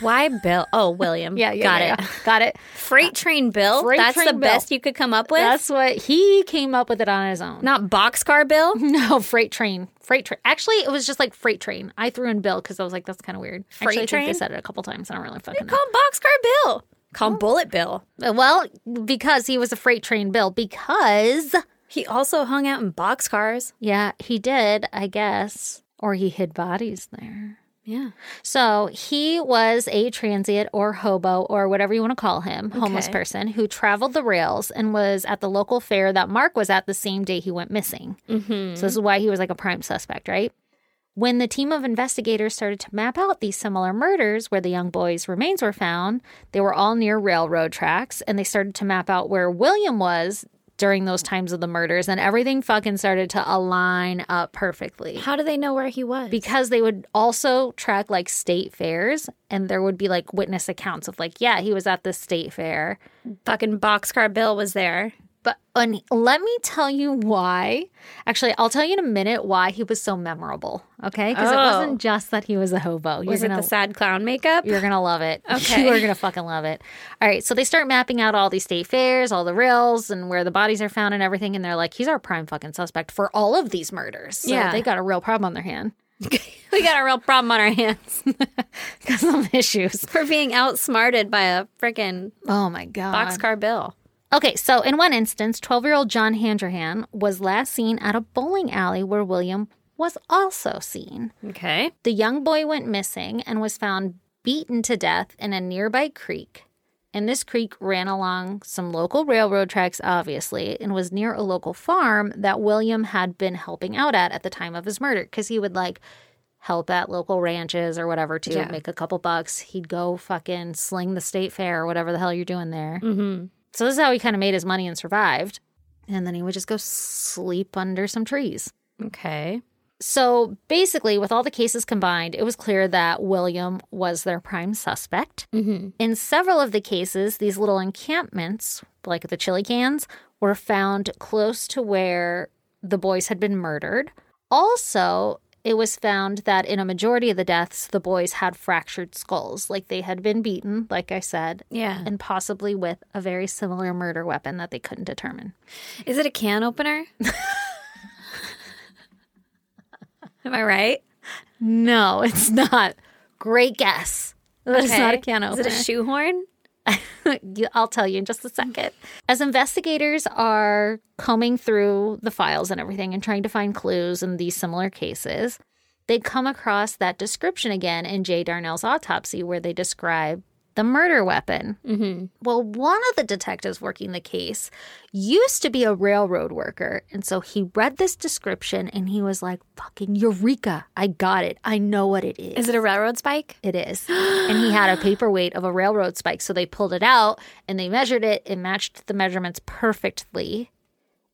Speaker 2: Why Bill? Oh, William. Got it.
Speaker 1: Got it.
Speaker 2: Freight train Bill.
Speaker 1: Freight
Speaker 2: That's
Speaker 1: train
Speaker 2: the
Speaker 1: Bill.
Speaker 2: best you could come up with.
Speaker 1: That's what he came up with it on his own.
Speaker 2: not boxcar Bill.
Speaker 1: No, freight train. Freight train. Actually, it was just like freight train. I threw in Bill because I was like, that's kind of weird. Freight Actually, I think
Speaker 2: train?
Speaker 1: they said it a couple times. I don't really fucking know.
Speaker 2: Call him boxcar Bill. Call him bullet Bill.
Speaker 1: Well, because he was a freight train bill. Because
Speaker 2: He also hung out in boxcars.
Speaker 1: yeah, he did, I guess, or he hid bodies there.
Speaker 2: Yeah.
Speaker 1: So he was a transient or hobo or whatever you want to call him, homeless
Speaker 2: Okay.
Speaker 1: person who traveled the rails and was at the local fair that Mark was at the same day he went missing. So this is why he was like a prime suspect, right? When the team of investigators started to map out these similar murders where the young boy's remains were found, they were all near railroad tracks and they started to map out where William was during those times of the murders and everything fucking started to align up perfectly
Speaker 2: How do they know where he was?
Speaker 1: because they would also track like state fairs and there would be like witness accounts of like yeah he was at this state fair
Speaker 2: Fucking boxcar Bill was there.
Speaker 1: but and let me tell you why actually i'll tell you in a minute why he was so memorable okay because it
Speaker 2: Oh.
Speaker 1: wasn't just that he was a hobo
Speaker 2: Was
Speaker 1: you're
Speaker 2: it
Speaker 1: gonna
Speaker 2: the sad clown makeup?
Speaker 1: you're gonna love it
Speaker 2: Okay.
Speaker 1: you are gonna fucking love it all right so they start mapping out all these state fairs all the rails and where the bodies are found and everything and they're like he's our prime fucking suspect for all of these murders so
Speaker 2: Yeah.
Speaker 1: they got a real problem on their hand
Speaker 2: we got a real problem on our hands.
Speaker 1: Got some issues.
Speaker 2: We're being outsmarted by a freaking
Speaker 1: Oh my god.
Speaker 2: boxcar bill.
Speaker 1: Okay, so in one instance, 12 year old John Handrahan was last seen at a bowling alley where William was also seen.
Speaker 2: Okay.
Speaker 1: The young boy went missing and was found beaten to death in a nearby creek. And this creek ran along some local railroad tracks, obviously, and was near a local farm that William had been helping out at at the time of his murder because he would like help at local ranches or whatever to
Speaker 2: Yeah.
Speaker 1: make a couple bucks. He'd go fucking sling the state fair or whatever the hell you're doing there.
Speaker 2: Mm-hmm.
Speaker 1: So this is how he kind of made his money and survived. And then he would just go sleep under some trees.
Speaker 2: Okay.
Speaker 1: So basically, with all the cases combined, it was clear that William was their prime suspect.
Speaker 2: Mm-hmm.
Speaker 1: In several of the cases, these little encampments, like the chili cans, were found close to where the boys had been murdered. Also, it was found that in a majority of the deaths, the boys had fractured skulls, like they had been beaten, like I said,
Speaker 2: Yeah.
Speaker 1: and possibly with a very similar murder weapon that they couldn't determine.
Speaker 2: Is it a can opener? Am I right?
Speaker 1: No, it's not. Great guess. But it's not a
Speaker 2: Okay.
Speaker 1: can opener.
Speaker 2: Is it a shoehorn?
Speaker 1: You- I'll tell you in just a second. As investigators are combing through the files and everything and trying to find clues in these similar cases, they come across that description again in Jay Darnell's autopsy where they describe the murder weapon.
Speaker 2: Mm-hmm.
Speaker 1: Well, one of the detectives working the case used to be a railroad worker. And so he read this description and he was like, fucking Eureka. I got it. I know what it is.
Speaker 2: Is it a railroad spike?
Speaker 1: It is. and he had a paperweight of a railroad spike. So they pulled it out and they measured it. It matched the measurements perfectly.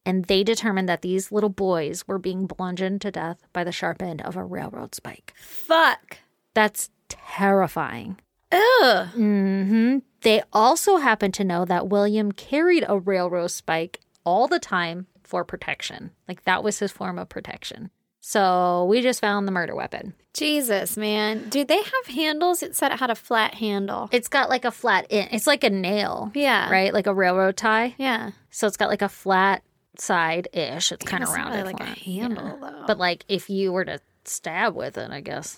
Speaker 1: And they determined that these little boys were being bludgeoned to death by the sharp end of a railroad spike.
Speaker 2: Fuck.
Speaker 1: That's terrifying.
Speaker 2: Ugh.
Speaker 1: hmm They also happen to know that William carried a railroad spike all the time for protection. Like that was his form of protection. So we just found the murder weapon.
Speaker 2: Jesus, man. Do they have handles? It said it had a flat handle.
Speaker 1: It's got like a flat end. It's like a nail.
Speaker 2: Yeah.
Speaker 1: Right? Like a railroad tie.
Speaker 2: Yeah.
Speaker 1: So it's got like a flat side ish. It's kind of
Speaker 2: It's not
Speaker 1: rounded.
Speaker 2: like a
Speaker 1: flat.
Speaker 2: handle, though.
Speaker 1: But like if you were to stab with it, I guess.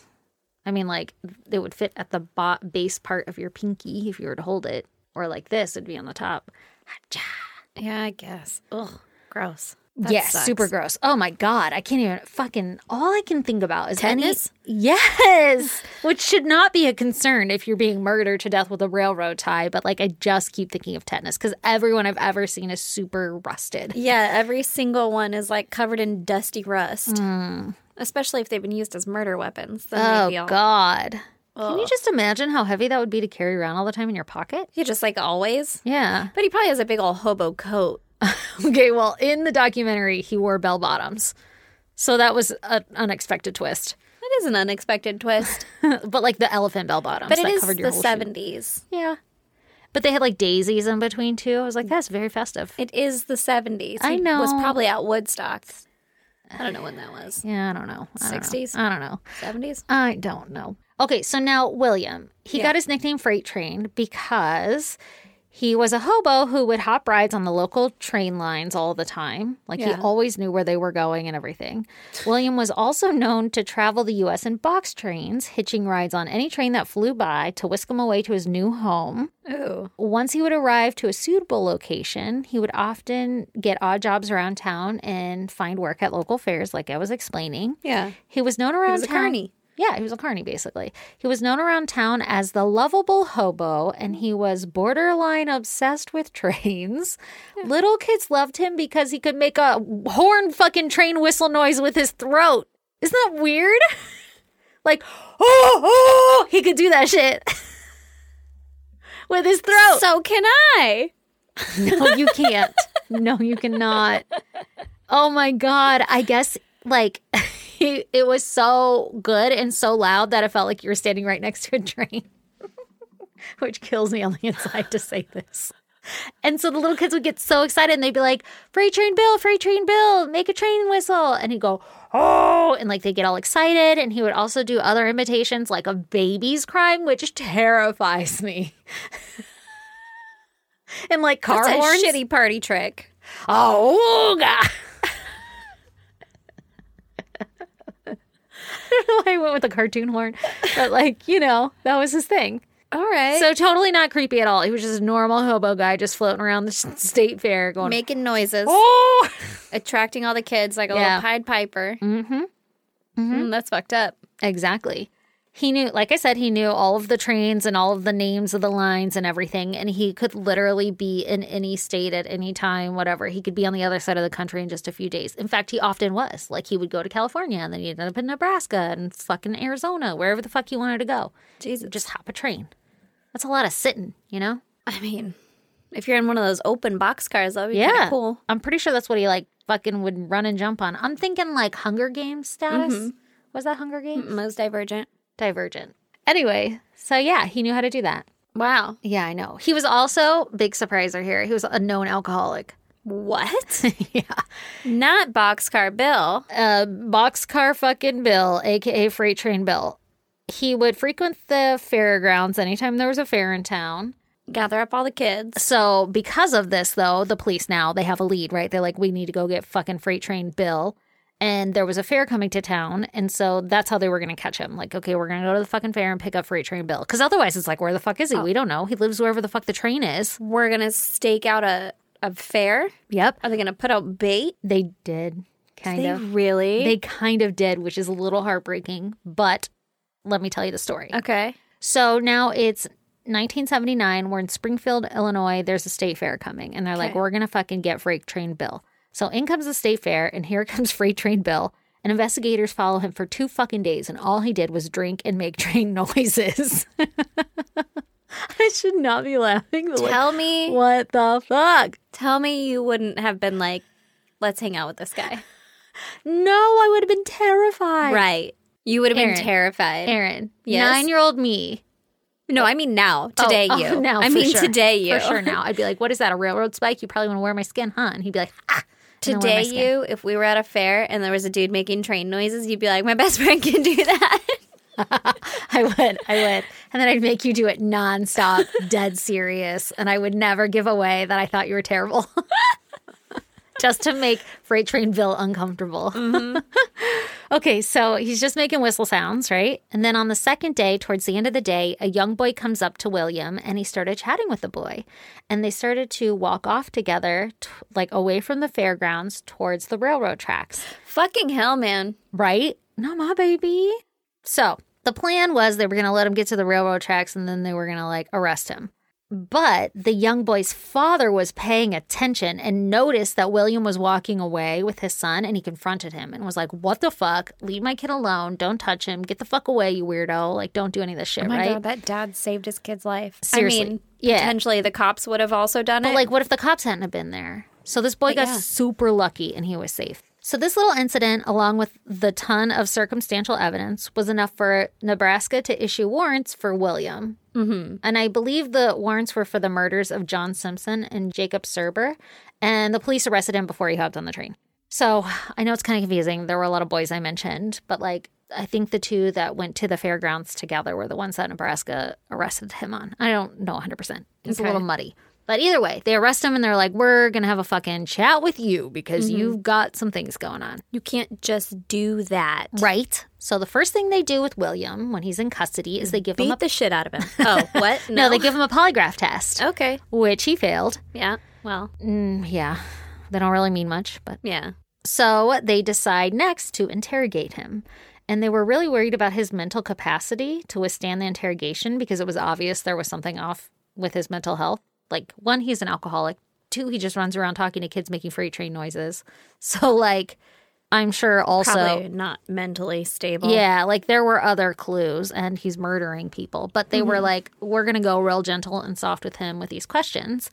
Speaker 1: I mean, like it would fit at the bo- base part of your pinky if you were to hold it, or like this, it'd be on the top.
Speaker 2: Yeah, I guess. Ugh. Gross.
Speaker 1: Yeah,
Speaker 2: That
Speaker 1: yes,
Speaker 2: sucks.
Speaker 1: super gross. Oh my god, I can't even fucking. All I can think about is
Speaker 2: Tetanus?
Speaker 1: Any, yes, which should not be a concern if you're being murdered to death with a railroad tie. But like, I just keep thinking of tetanus because everyone I've ever seen is super rusted.
Speaker 2: Yeah, every single one is like covered in dusty rust. Especially if they've been used as murder weapons. Then they
Speaker 1: Oh
Speaker 2: feel-
Speaker 1: god. Can you just imagine how heavy that would be to carry around all the time in your pocket?
Speaker 2: Yeah, just like always.
Speaker 1: Yeah.
Speaker 2: But he probably has a big old hobo coat.
Speaker 1: Okay, well, in the documentary, he wore bell bottoms. So that was an unexpected twist.
Speaker 2: That is an unexpected twist.
Speaker 1: but like the elephant bell bottoms
Speaker 2: But it
Speaker 1: that
Speaker 2: is
Speaker 1: covered your
Speaker 2: the
Speaker 1: whole shoe.
Speaker 2: seventies.
Speaker 1: Yeah. But they had like daisies in between too. I was like, that's very festive.
Speaker 2: It is the seventies.
Speaker 1: I
Speaker 2: Was
Speaker 1: know.
Speaker 2: probably at Woodstock. I don't know when that was.
Speaker 1: Yeah, I don't know. I don't know.
Speaker 2: 60s?
Speaker 1: I don't know.
Speaker 2: Seventies.
Speaker 1: I don't know. Okay, so now William. He got his nickname Freight Train because he was a hobo who would hop rides on the local train lines all the time. Like he
Speaker 2: Yeah.
Speaker 1: always knew where they were going and everything. William was also known to travel the US in box trains, hitching rides on any train that flew by to whisk him away to his new home.
Speaker 2: Ooh.
Speaker 1: Once he would arrive to a suitable location, he would often get odd jobs around town and find work at local fairs, like I was explaining.
Speaker 2: Yeah.
Speaker 1: He was known around
Speaker 2: was a
Speaker 1: town.
Speaker 2: carny.
Speaker 1: Yeah, he was a carny basically. He was known around town as the lovable hobo, and he was borderline obsessed with trains. Little kids loved him because he could make a horn fucking train whistle noise with his throat. Isn't that weird? like, oh, oh, he could do that shit with his throat.
Speaker 2: So can I?
Speaker 1: No, you can't. no, you cannot. Oh my God. I guess like he, it was so good and so loud that it felt like you were standing right next to a train, which kills me on the inside to say this. And so the little kids would get so excited and they'd be like, Freight train Bill, freight train Bill, make a train whistle. And he'd go, Oh, and like they get all excited. And he would also do other imitations like of babies crying, which terrifies me. and like car
Speaker 2: That's a
Speaker 1: horns.
Speaker 2: shitty party trick.
Speaker 1: Oh, ooga. don't know why I went with a cartoon horn, but like, you know, that was his thing.
Speaker 2: All right.
Speaker 1: So totally not creepy at all. He was just a normal hobo guy just floating around the s- state fair going,
Speaker 2: making noises,
Speaker 1: oh!
Speaker 2: attracting all the kids like a
Speaker 1: Yeah.
Speaker 2: little Pied Piper.
Speaker 1: Mm-hmm.
Speaker 2: Mm, that's fucked up.
Speaker 1: Exactly. He knew, like I said, he knew all of the trains and all of the names of the lines and everything. And he could literally be in any state at any time, whatever. He could be on the other side of the country in just a few days. In fact, he often was. Like he would go to California and then he'd end up in Nebraska and fucking Arizona, wherever the fuck he wanted to go.
Speaker 2: Jesus.
Speaker 1: Just hop a train. That's a lot of sitting, you know?
Speaker 2: I mean, if you're in one of those open box cars, that'd be
Speaker 1: Yeah.
Speaker 2: kinda cool.
Speaker 1: I'm pretty sure that's what he like fucking would run and jump on. I'm thinking like Hunger Games status. Was that Hunger Games?
Speaker 2: Most divergent.
Speaker 1: Divergent. Anyway, so yeah, he knew how to do that.
Speaker 2: Wow.
Speaker 1: Yeah, I know. He was also big surpriser here. He was a known alcoholic.
Speaker 2: What?
Speaker 1: yeah.
Speaker 2: Not boxcar Bill.
Speaker 1: Uh boxcar fucking Bill, aka freight train Bill. He would frequent the fairgrounds anytime there was a fair in town.
Speaker 2: Gather up all the kids.
Speaker 1: So because of this though, the police now they have a lead, right? They're like, we need to go get fucking freight train Bill. And there was a fair coming to town, and so that's how they were gonna catch him. Like, okay, we're gonna go to the fucking fair and pick up freight train Bill. Cause otherwise it's like, where the fuck is he? We don't know. He lives wherever the fuck the train is.
Speaker 2: We're gonna stake out a a fair.
Speaker 1: Yep.
Speaker 2: Are they gonna put out bait?
Speaker 1: They did. Kind
Speaker 2: they
Speaker 1: of.
Speaker 2: really?
Speaker 1: They kind of did, which is a little heartbreaking, but let me tell you the story.
Speaker 2: okay.
Speaker 1: So now it's 1979. We're in Springfield, Illinois. There's a state fair coming, and they're like,
Speaker 2: Okay.
Speaker 1: we're going to fucking get Freight Train Bill. So in comes the state fair, and here comes Freight Train Bill. And investigators follow him for two fucking days, and all he did was drink and make train noises. I should not be laughing. but, like,
Speaker 2: Tell me
Speaker 1: what the fuck?
Speaker 2: tell me you wouldn't have been like, let's hang out with this guy.
Speaker 1: No, I would have been terrified.
Speaker 2: right. You would have been
Speaker 1: Erin.
Speaker 2: terrified.
Speaker 1: Aaron,
Speaker 2: Yes?
Speaker 1: nine year old me
Speaker 2: No, I mean now. Today
Speaker 1: oh,
Speaker 2: you.
Speaker 1: now,
Speaker 2: I
Speaker 1: for
Speaker 2: mean
Speaker 1: sure.
Speaker 2: today you.
Speaker 1: for sure now. I'd be like, what is that, a railroad spike? You probably want to wear my skin, huh? And he'd be like, ah. and then wear my
Speaker 2: Today
Speaker 1: skin.
Speaker 2: you, if we were at a fair and there was a dude making train noises, you'd be like, My best friend can do that.
Speaker 1: I would, I would. And then I'd make you do it nonstop, dead serious. And I would never give away that I thought you were terrible. just to make Freight Train Bill uncomfortable. okay, so he's just making whistle sounds, right? And then on the second day, towards the end of the day, a young boy comes up to William and he started chatting with the boy. And they started to walk off together, t- like away from the fairgrounds towards the railroad tracks
Speaker 2: Fucking hell, man.
Speaker 1: right? No, my baby. So the plan was they were going to let him get to the railroad tracks and then they were going to like arrest him. But the young boy's father was paying attention and noticed that William was walking away with his son and he confronted him and was like, What the fuck? Leave my kid alone. Don't touch him. Get the fuck away, you weirdo. Like, don't do any of this shit,
Speaker 2: Oh my
Speaker 1: right?
Speaker 2: god, that dad saved his kid's life.
Speaker 1: Seriously.
Speaker 2: I mean,
Speaker 1: Yeah.
Speaker 2: potentially the cops would have also done
Speaker 1: But
Speaker 2: it.
Speaker 1: like, what if the cops hadn't have been there? So this boy got
Speaker 2: yeah.
Speaker 1: super lucky and he was safe. So this little incident, along with the ton of circumstantial evidence, was enough for Nebraska to issue warrants for William. Mm-hmm. And I believe the warrants were for the murders of John Simpson and Jacob Serber. And the police arrested him before he hopped on the train. So I know it's kind of confusing. There were a lot of boys I mentioned, but like I think the two that went to the fairgrounds together were the ones that Nebraska arrested him on. I don't know 100%. It's a
Speaker 2: Okay.
Speaker 1: little muddy. But either way, they arrest him and they're like, we're going to have a fucking chat with you because you've got some things going on.
Speaker 2: you can't just do that.
Speaker 1: Right. So the first thing they do with William when he's in custody is they give him a
Speaker 2: Beat the shit out of him. Oh, what?
Speaker 1: no, they give him a polygraph test,
Speaker 2: Okay.
Speaker 1: which he failed.
Speaker 2: Yeah. Well,
Speaker 1: Mm, yeah. They don't really mean much, but
Speaker 2: yeah.
Speaker 1: So they decide next to interrogate him. And they were really worried about his mental capacity to withstand the interrogation because it was obvious there was something off with his mental health. Like, one, he's an alcoholic. Two, he just runs around talking to kids making freight train noises. So, like, I'm sure also.
Speaker 2: Probably not mentally stable.
Speaker 1: Yeah, like there were other clues, and he's murdering people. But they were like, we're going to go real gentle and soft with him with these questions.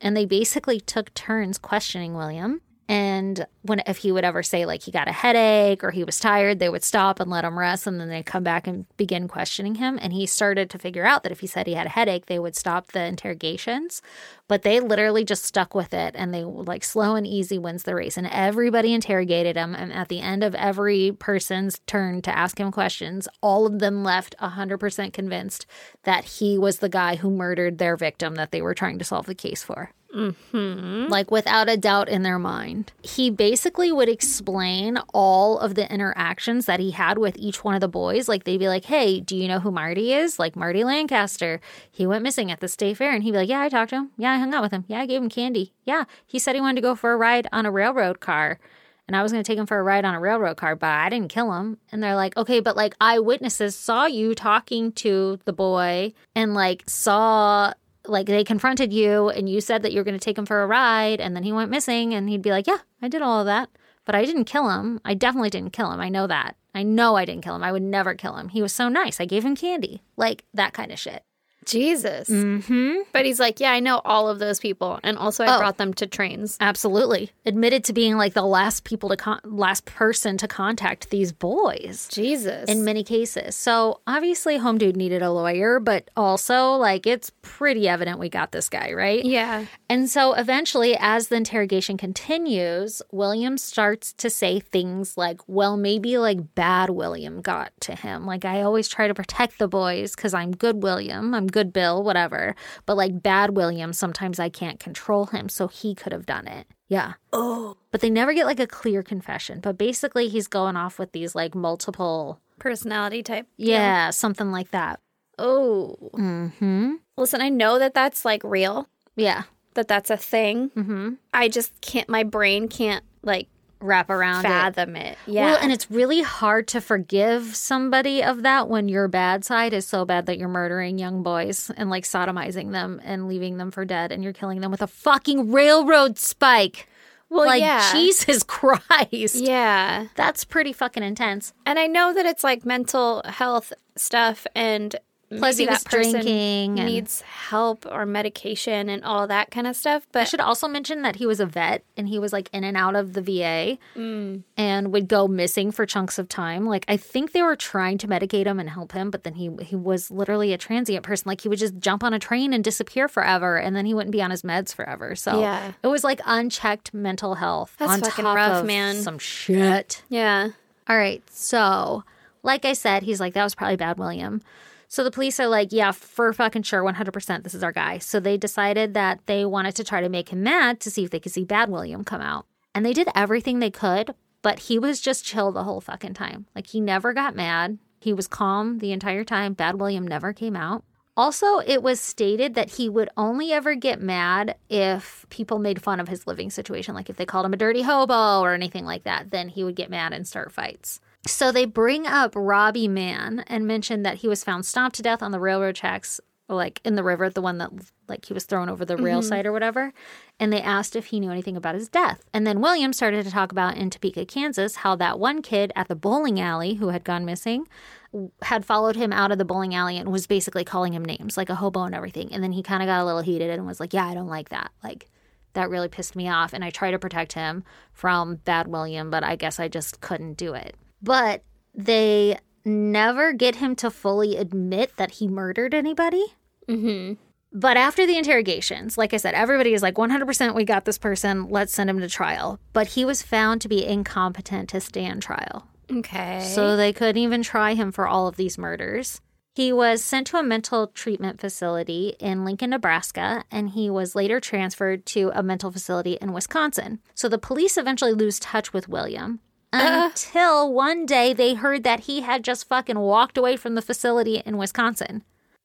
Speaker 1: And they basically took turns questioning William. And when if he would ever say like he got a headache or he was tired, they would stop and let him rest, and then they'd come back and begin questioning him. And he started to figure out that if he said he had a headache, they would stop the interrogations. But they literally just stuck with it, and they were like slow and easy wins the race. And everybody interrogated him, and at the end of every person's turn to ask him questions, all of them left hundred percent convinced that he was the guy who murdered their victim that they were trying to solve the case for. like without a doubt in their mind. He basically would explain all of the interactions that he had with each one of the boys. Like they'd be like, "Hey, do you know who Marty is? Like Marty Lancaster. He went missing at the state fair." And he'd be like, "Yeah, I talked to him. Yeah, I hung out with him. Yeah, I gave him candy. Yeah, he said he wanted to go for a ride on a railroad car." And I was going to take him for a ride on a railroad car, but I didn't kill him. And they're like, okay, but like eyewitnesses saw you talking to the boy and like saw like they confronted you and you said that you were going to take him for a ride and then he went missing and he'd be like yeah i did all of that but i didn't kill him i definitely didn't kill him i know that i know i didn't kill him i would never kill him he was so nice i gave him candy like that kind of shit
Speaker 2: Jesus.
Speaker 1: mm-hmm
Speaker 2: But he's like, yeah, I know all of those people, and also I
Speaker 1: Oh.
Speaker 2: brought them to trains.
Speaker 1: absolutely admitted to being like the last people to con- last person to contact these boys
Speaker 2: Jesus.
Speaker 1: in
Speaker 2: And
Speaker 1: many cases so obviously home dude needed a lawyer but also like it's pretty evident we got this guy right
Speaker 2: yeah.
Speaker 1: And so eventually, as the interrogation continues, William starts to say things like, well, maybe like bad William got to him. Like, I always try to protect the boys because I'm good William, I'm good Bill, whatever. But like bad William, sometimes I can't control him. So he could have done it. Yeah. Oh. But they never get like a clear confession. But basically, he's going off with these like multiple,
Speaker 2: Personality type.
Speaker 1: yeah, something like that.
Speaker 2: Oh.
Speaker 1: hmm.
Speaker 2: Listen, I know that that's like real,
Speaker 1: Yeah.
Speaker 2: that that's a thing.
Speaker 1: hmm.
Speaker 2: I just can't, my brain can't like
Speaker 1: Wrap around it.
Speaker 2: fathom it. Yeah.
Speaker 1: Well, and it's really hard to forgive somebody of that when your bad side is so bad that you're murdering young boys and like sodomizing them and leaving them for dead and you're killing them with a fucking railroad spike.
Speaker 2: well,
Speaker 1: like,
Speaker 2: yeah.
Speaker 1: Jesus Christ.
Speaker 2: Yeah.
Speaker 1: That's pretty fucking intense.
Speaker 2: And I know that it's like mental health stuff and
Speaker 1: Plus, he
Speaker 2: maybe
Speaker 1: was
Speaker 2: that person
Speaker 1: drinking and-
Speaker 2: needs help or medication and all that kind of stuff.
Speaker 1: I
Speaker 2: But
Speaker 1: should also mention that he was a vet and he was like in and out of the VA
Speaker 2: Mm.
Speaker 1: and would go missing for chunks of time. Like I think they were trying to medicate him and help him, but then he he was literally a transient person. Like he would just jump on a train and disappear forever, and then he wouldn't be on his meds forever. So
Speaker 2: Yeah.
Speaker 1: it was like unchecked mental health
Speaker 2: That's
Speaker 1: on
Speaker 2: fucking
Speaker 1: top
Speaker 2: rough,
Speaker 1: of
Speaker 2: man.
Speaker 1: some shit.
Speaker 2: yeah.
Speaker 1: All right. So, like I said, he's like, that was probably bad, William. So the police are like, yeah, for fucking sure, 100%, this is our guy. So they decided that they wanted to try to make him mad to see if they could see bad William come out. And they did everything they could, but he was just chill the whole fucking time. Like, he never got mad. He was calm the entire time. Bad William never came out. Also, it was stated that he would only ever get mad if people made fun of his living situation, like if they called him a dirty hobo or anything like that, then he would get mad and start fights. So they bring up Robbie Mann and mention that he was found stomped to death on the railroad tracks, like in the river, the one that like he was thrown over the rail side or whatever. And they asked if he knew anything about his death. And then William started to talk about in Topeka, Kansas, how that one kid at the bowling alley who had gone missing had followed him out of the bowling alley and was basically calling him names, like a hobo and everything. And then he kind of got a little heated and was like, Yeah, I don't like that. Like, that really pissed me off. And I tried to protect him from Bad William, but I guess I just couldn't do it. But they never get him to fully admit that he murdered anybody. But after the interrogations, like I said, everybody is like 100% we got this person. Let's send him to trial. But he was found to be incompetent to stand trial.
Speaker 2: Okay.
Speaker 1: So they couldn't even try him for all of these murders. He was sent to a mental treatment facility in Lincoln, Nebraska, and he was later transferred to a mental facility in Wisconsin. So the police eventually lose touch with William until one day they heard that he had just fucking walked away from the facility in Wisconsin.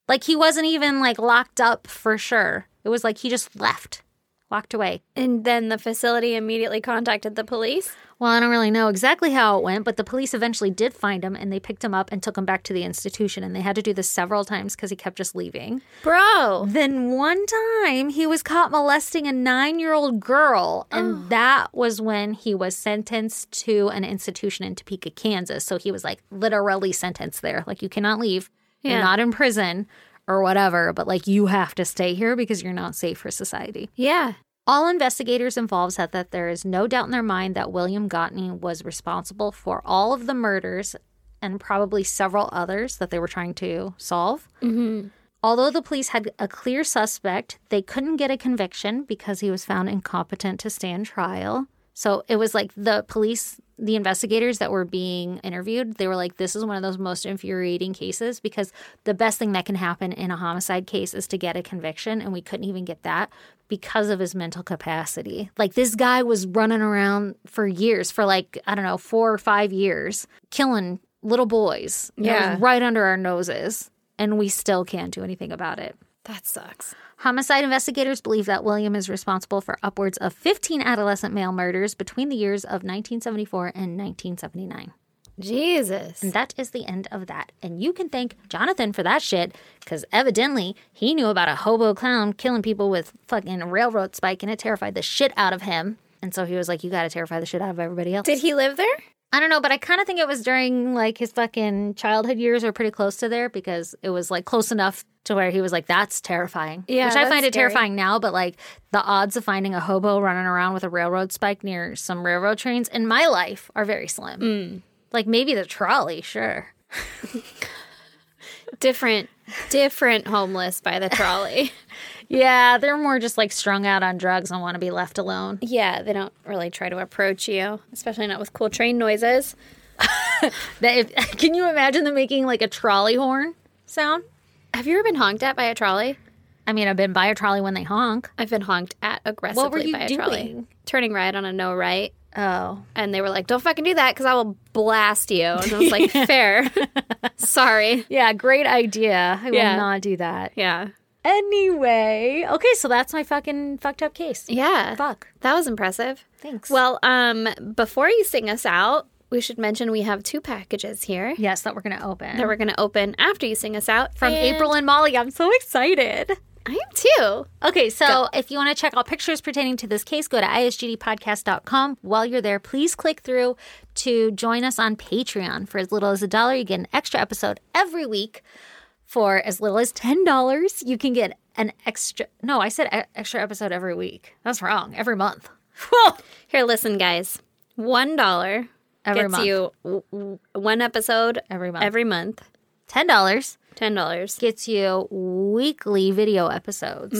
Speaker 1: Like he wasn't even like locked up for sure. It was like he just left, walked away.
Speaker 2: and then the facility immediately contacted the police.
Speaker 1: Well, I don't really know exactly how it went, but the police eventually did find him and they picked him up and took him back to the institution. And they had to do this several times because he kept just leaving.
Speaker 2: Bro.
Speaker 1: Then one time he was caught molesting a nine year old girl. And that was when he was sentenced to an institution in Topeka, Kansas. So he was like literally sentenced there. Like, you cannot leave. You're
Speaker 2: Yeah.
Speaker 1: not in prison or whatever, but like, you have to stay here because you're not safe for society.
Speaker 2: Yeah.
Speaker 1: All investigators involved said that there is no doubt in their mind that William Gottney was responsible for all of the murders and probably several others that they were trying to solve. Although the police had a clear suspect, they couldn't get a conviction because he was found incompetent to stand trial. So it was like the police the investigators that were being interviewed, they were like, this is one of those most infuriating cases because the best thing that can happen in a homicide case is to get a conviction. And we couldn't even get that because of his mental capacity. Like, this guy was running around for years, for like, I don't know, four or five years, killing little boys. It was
Speaker 2: Yeah.
Speaker 1: right under our noses. And we still can't do anything about it.
Speaker 2: That sucks.
Speaker 1: Homicide investigators believe that William is responsible for upwards of 15 adolescent male murders between the years of 1974 and 1979.
Speaker 2: Jesus.
Speaker 1: And that is the end of that. And you can thank Jonathan for that shit, because evidently he knew about a hobo clown killing people with fucking railroad spike, and it terrified the shit out of him. And so he was like, "You gotta terrify the shit out of everybody else."
Speaker 2: Did he live there?
Speaker 1: I don't know, but I kind of think it was during like his fucking childhood years or pretty close to there because it was like close enough to where he was like, that's terrifying.
Speaker 2: Yeah,
Speaker 1: Which I
Speaker 2: that's
Speaker 1: find it
Speaker 2: scary.
Speaker 1: terrifying now, but like the odds of finding a hobo running around with a railroad spike near some railroad trains in my life are very slim. Like maybe the trolley, sure.
Speaker 2: Different, different homeless by the trolley.
Speaker 1: Yeah, they're more just like strung out on drugs and want to be left alone.
Speaker 2: yeah, they don't really try to approach you, especially not with cool train noises.
Speaker 1: That if, can you imagine them making like a trolley horn sound?
Speaker 2: Have you ever been honked at by a trolley?
Speaker 1: I mean, I've been by a trolley when they honk.
Speaker 2: I've been honked at aggressively
Speaker 1: you
Speaker 2: by a trolley.
Speaker 1: doing?
Speaker 2: Turning right on a no right.
Speaker 1: Oh.
Speaker 2: And they were like, don't fucking do that because I will blast you. And I was like, fair. Sorry.
Speaker 1: Yeah, great idea. I
Speaker 2: Yeah.
Speaker 1: will not do that.
Speaker 2: Yeah.
Speaker 1: Anyway, okay, so that's my fucking fucked up case.
Speaker 2: Yeah.
Speaker 1: Fuck.
Speaker 2: That was impressive.
Speaker 1: Thanks.
Speaker 2: Well, um, before you sing us out, we should mention we have two packages here
Speaker 1: yes, that we're gonna open
Speaker 2: that we're going to open after you sing us out
Speaker 1: from April and Molly. I'm so excited.
Speaker 2: I am too.
Speaker 1: Okay, so if you want to check out pictures pertaining to this case, go to isgdpodcast.com. While you're there, please click through to join us on Patreon. For as little as a dollar, you get an extra episode every week. For as little as $10, you can get an extra. No, I said e- extra episode every week. That's wrong. Every month.
Speaker 2: Here, listen, guys. One dollar
Speaker 1: Every
Speaker 2: gets
Speaker 1: month.
Speaker 2: you w- w- one episode
Speaker 1: Every month.
Speaker 2: Every month,
Speaker 1: $10.
Speaker 2: ten dollars.
Speaker 1: gets you weekly video episodes,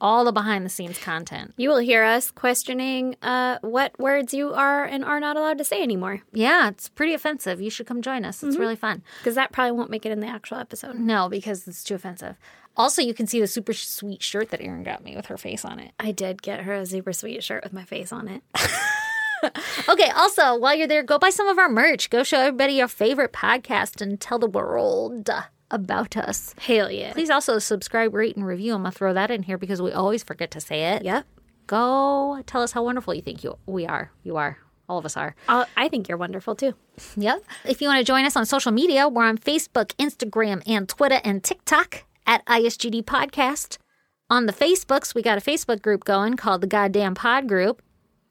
Speaker 1: all the behind the scenes content.
Speaker 2: You will hear us questioning uh, what words you are and are not allowed to say anymore,
Speaker 1: Yeah, it's pretty offensive. You should come join us. It's really fun.
Speaker 2: because that probably won't make it in the actual episode.
Speaker 1: No, because it's too offensive. Also, you can see the super sweet shirt that Erin got me with her face on it.
Speaker 2: I did get her a super sweet shirt with my face on it.
Speaker 1: Okay, also, while you're there, go buy some of our merch. Go show everybody your favorite podcast and tell the world about us.
Speaker 2: Hell yeah!
Speaker 1: Please also subscribe, rate, and review. I'm going to throw that in here because we always forget to say it.
Speaker 2: Yep.
Speaker 1: Go tell us how wonderful you think you we are. You are. All of us are.
Speaker 2: I'll, I think you're wonderful too.
Speaker 1: Yep. If you want to join us on social media, we're on Facebook, Instagram, and Twitter and TikTok at ISGD Podcast. On the Facebooks, we got a Facebook group going called the Goddamn Pod Group.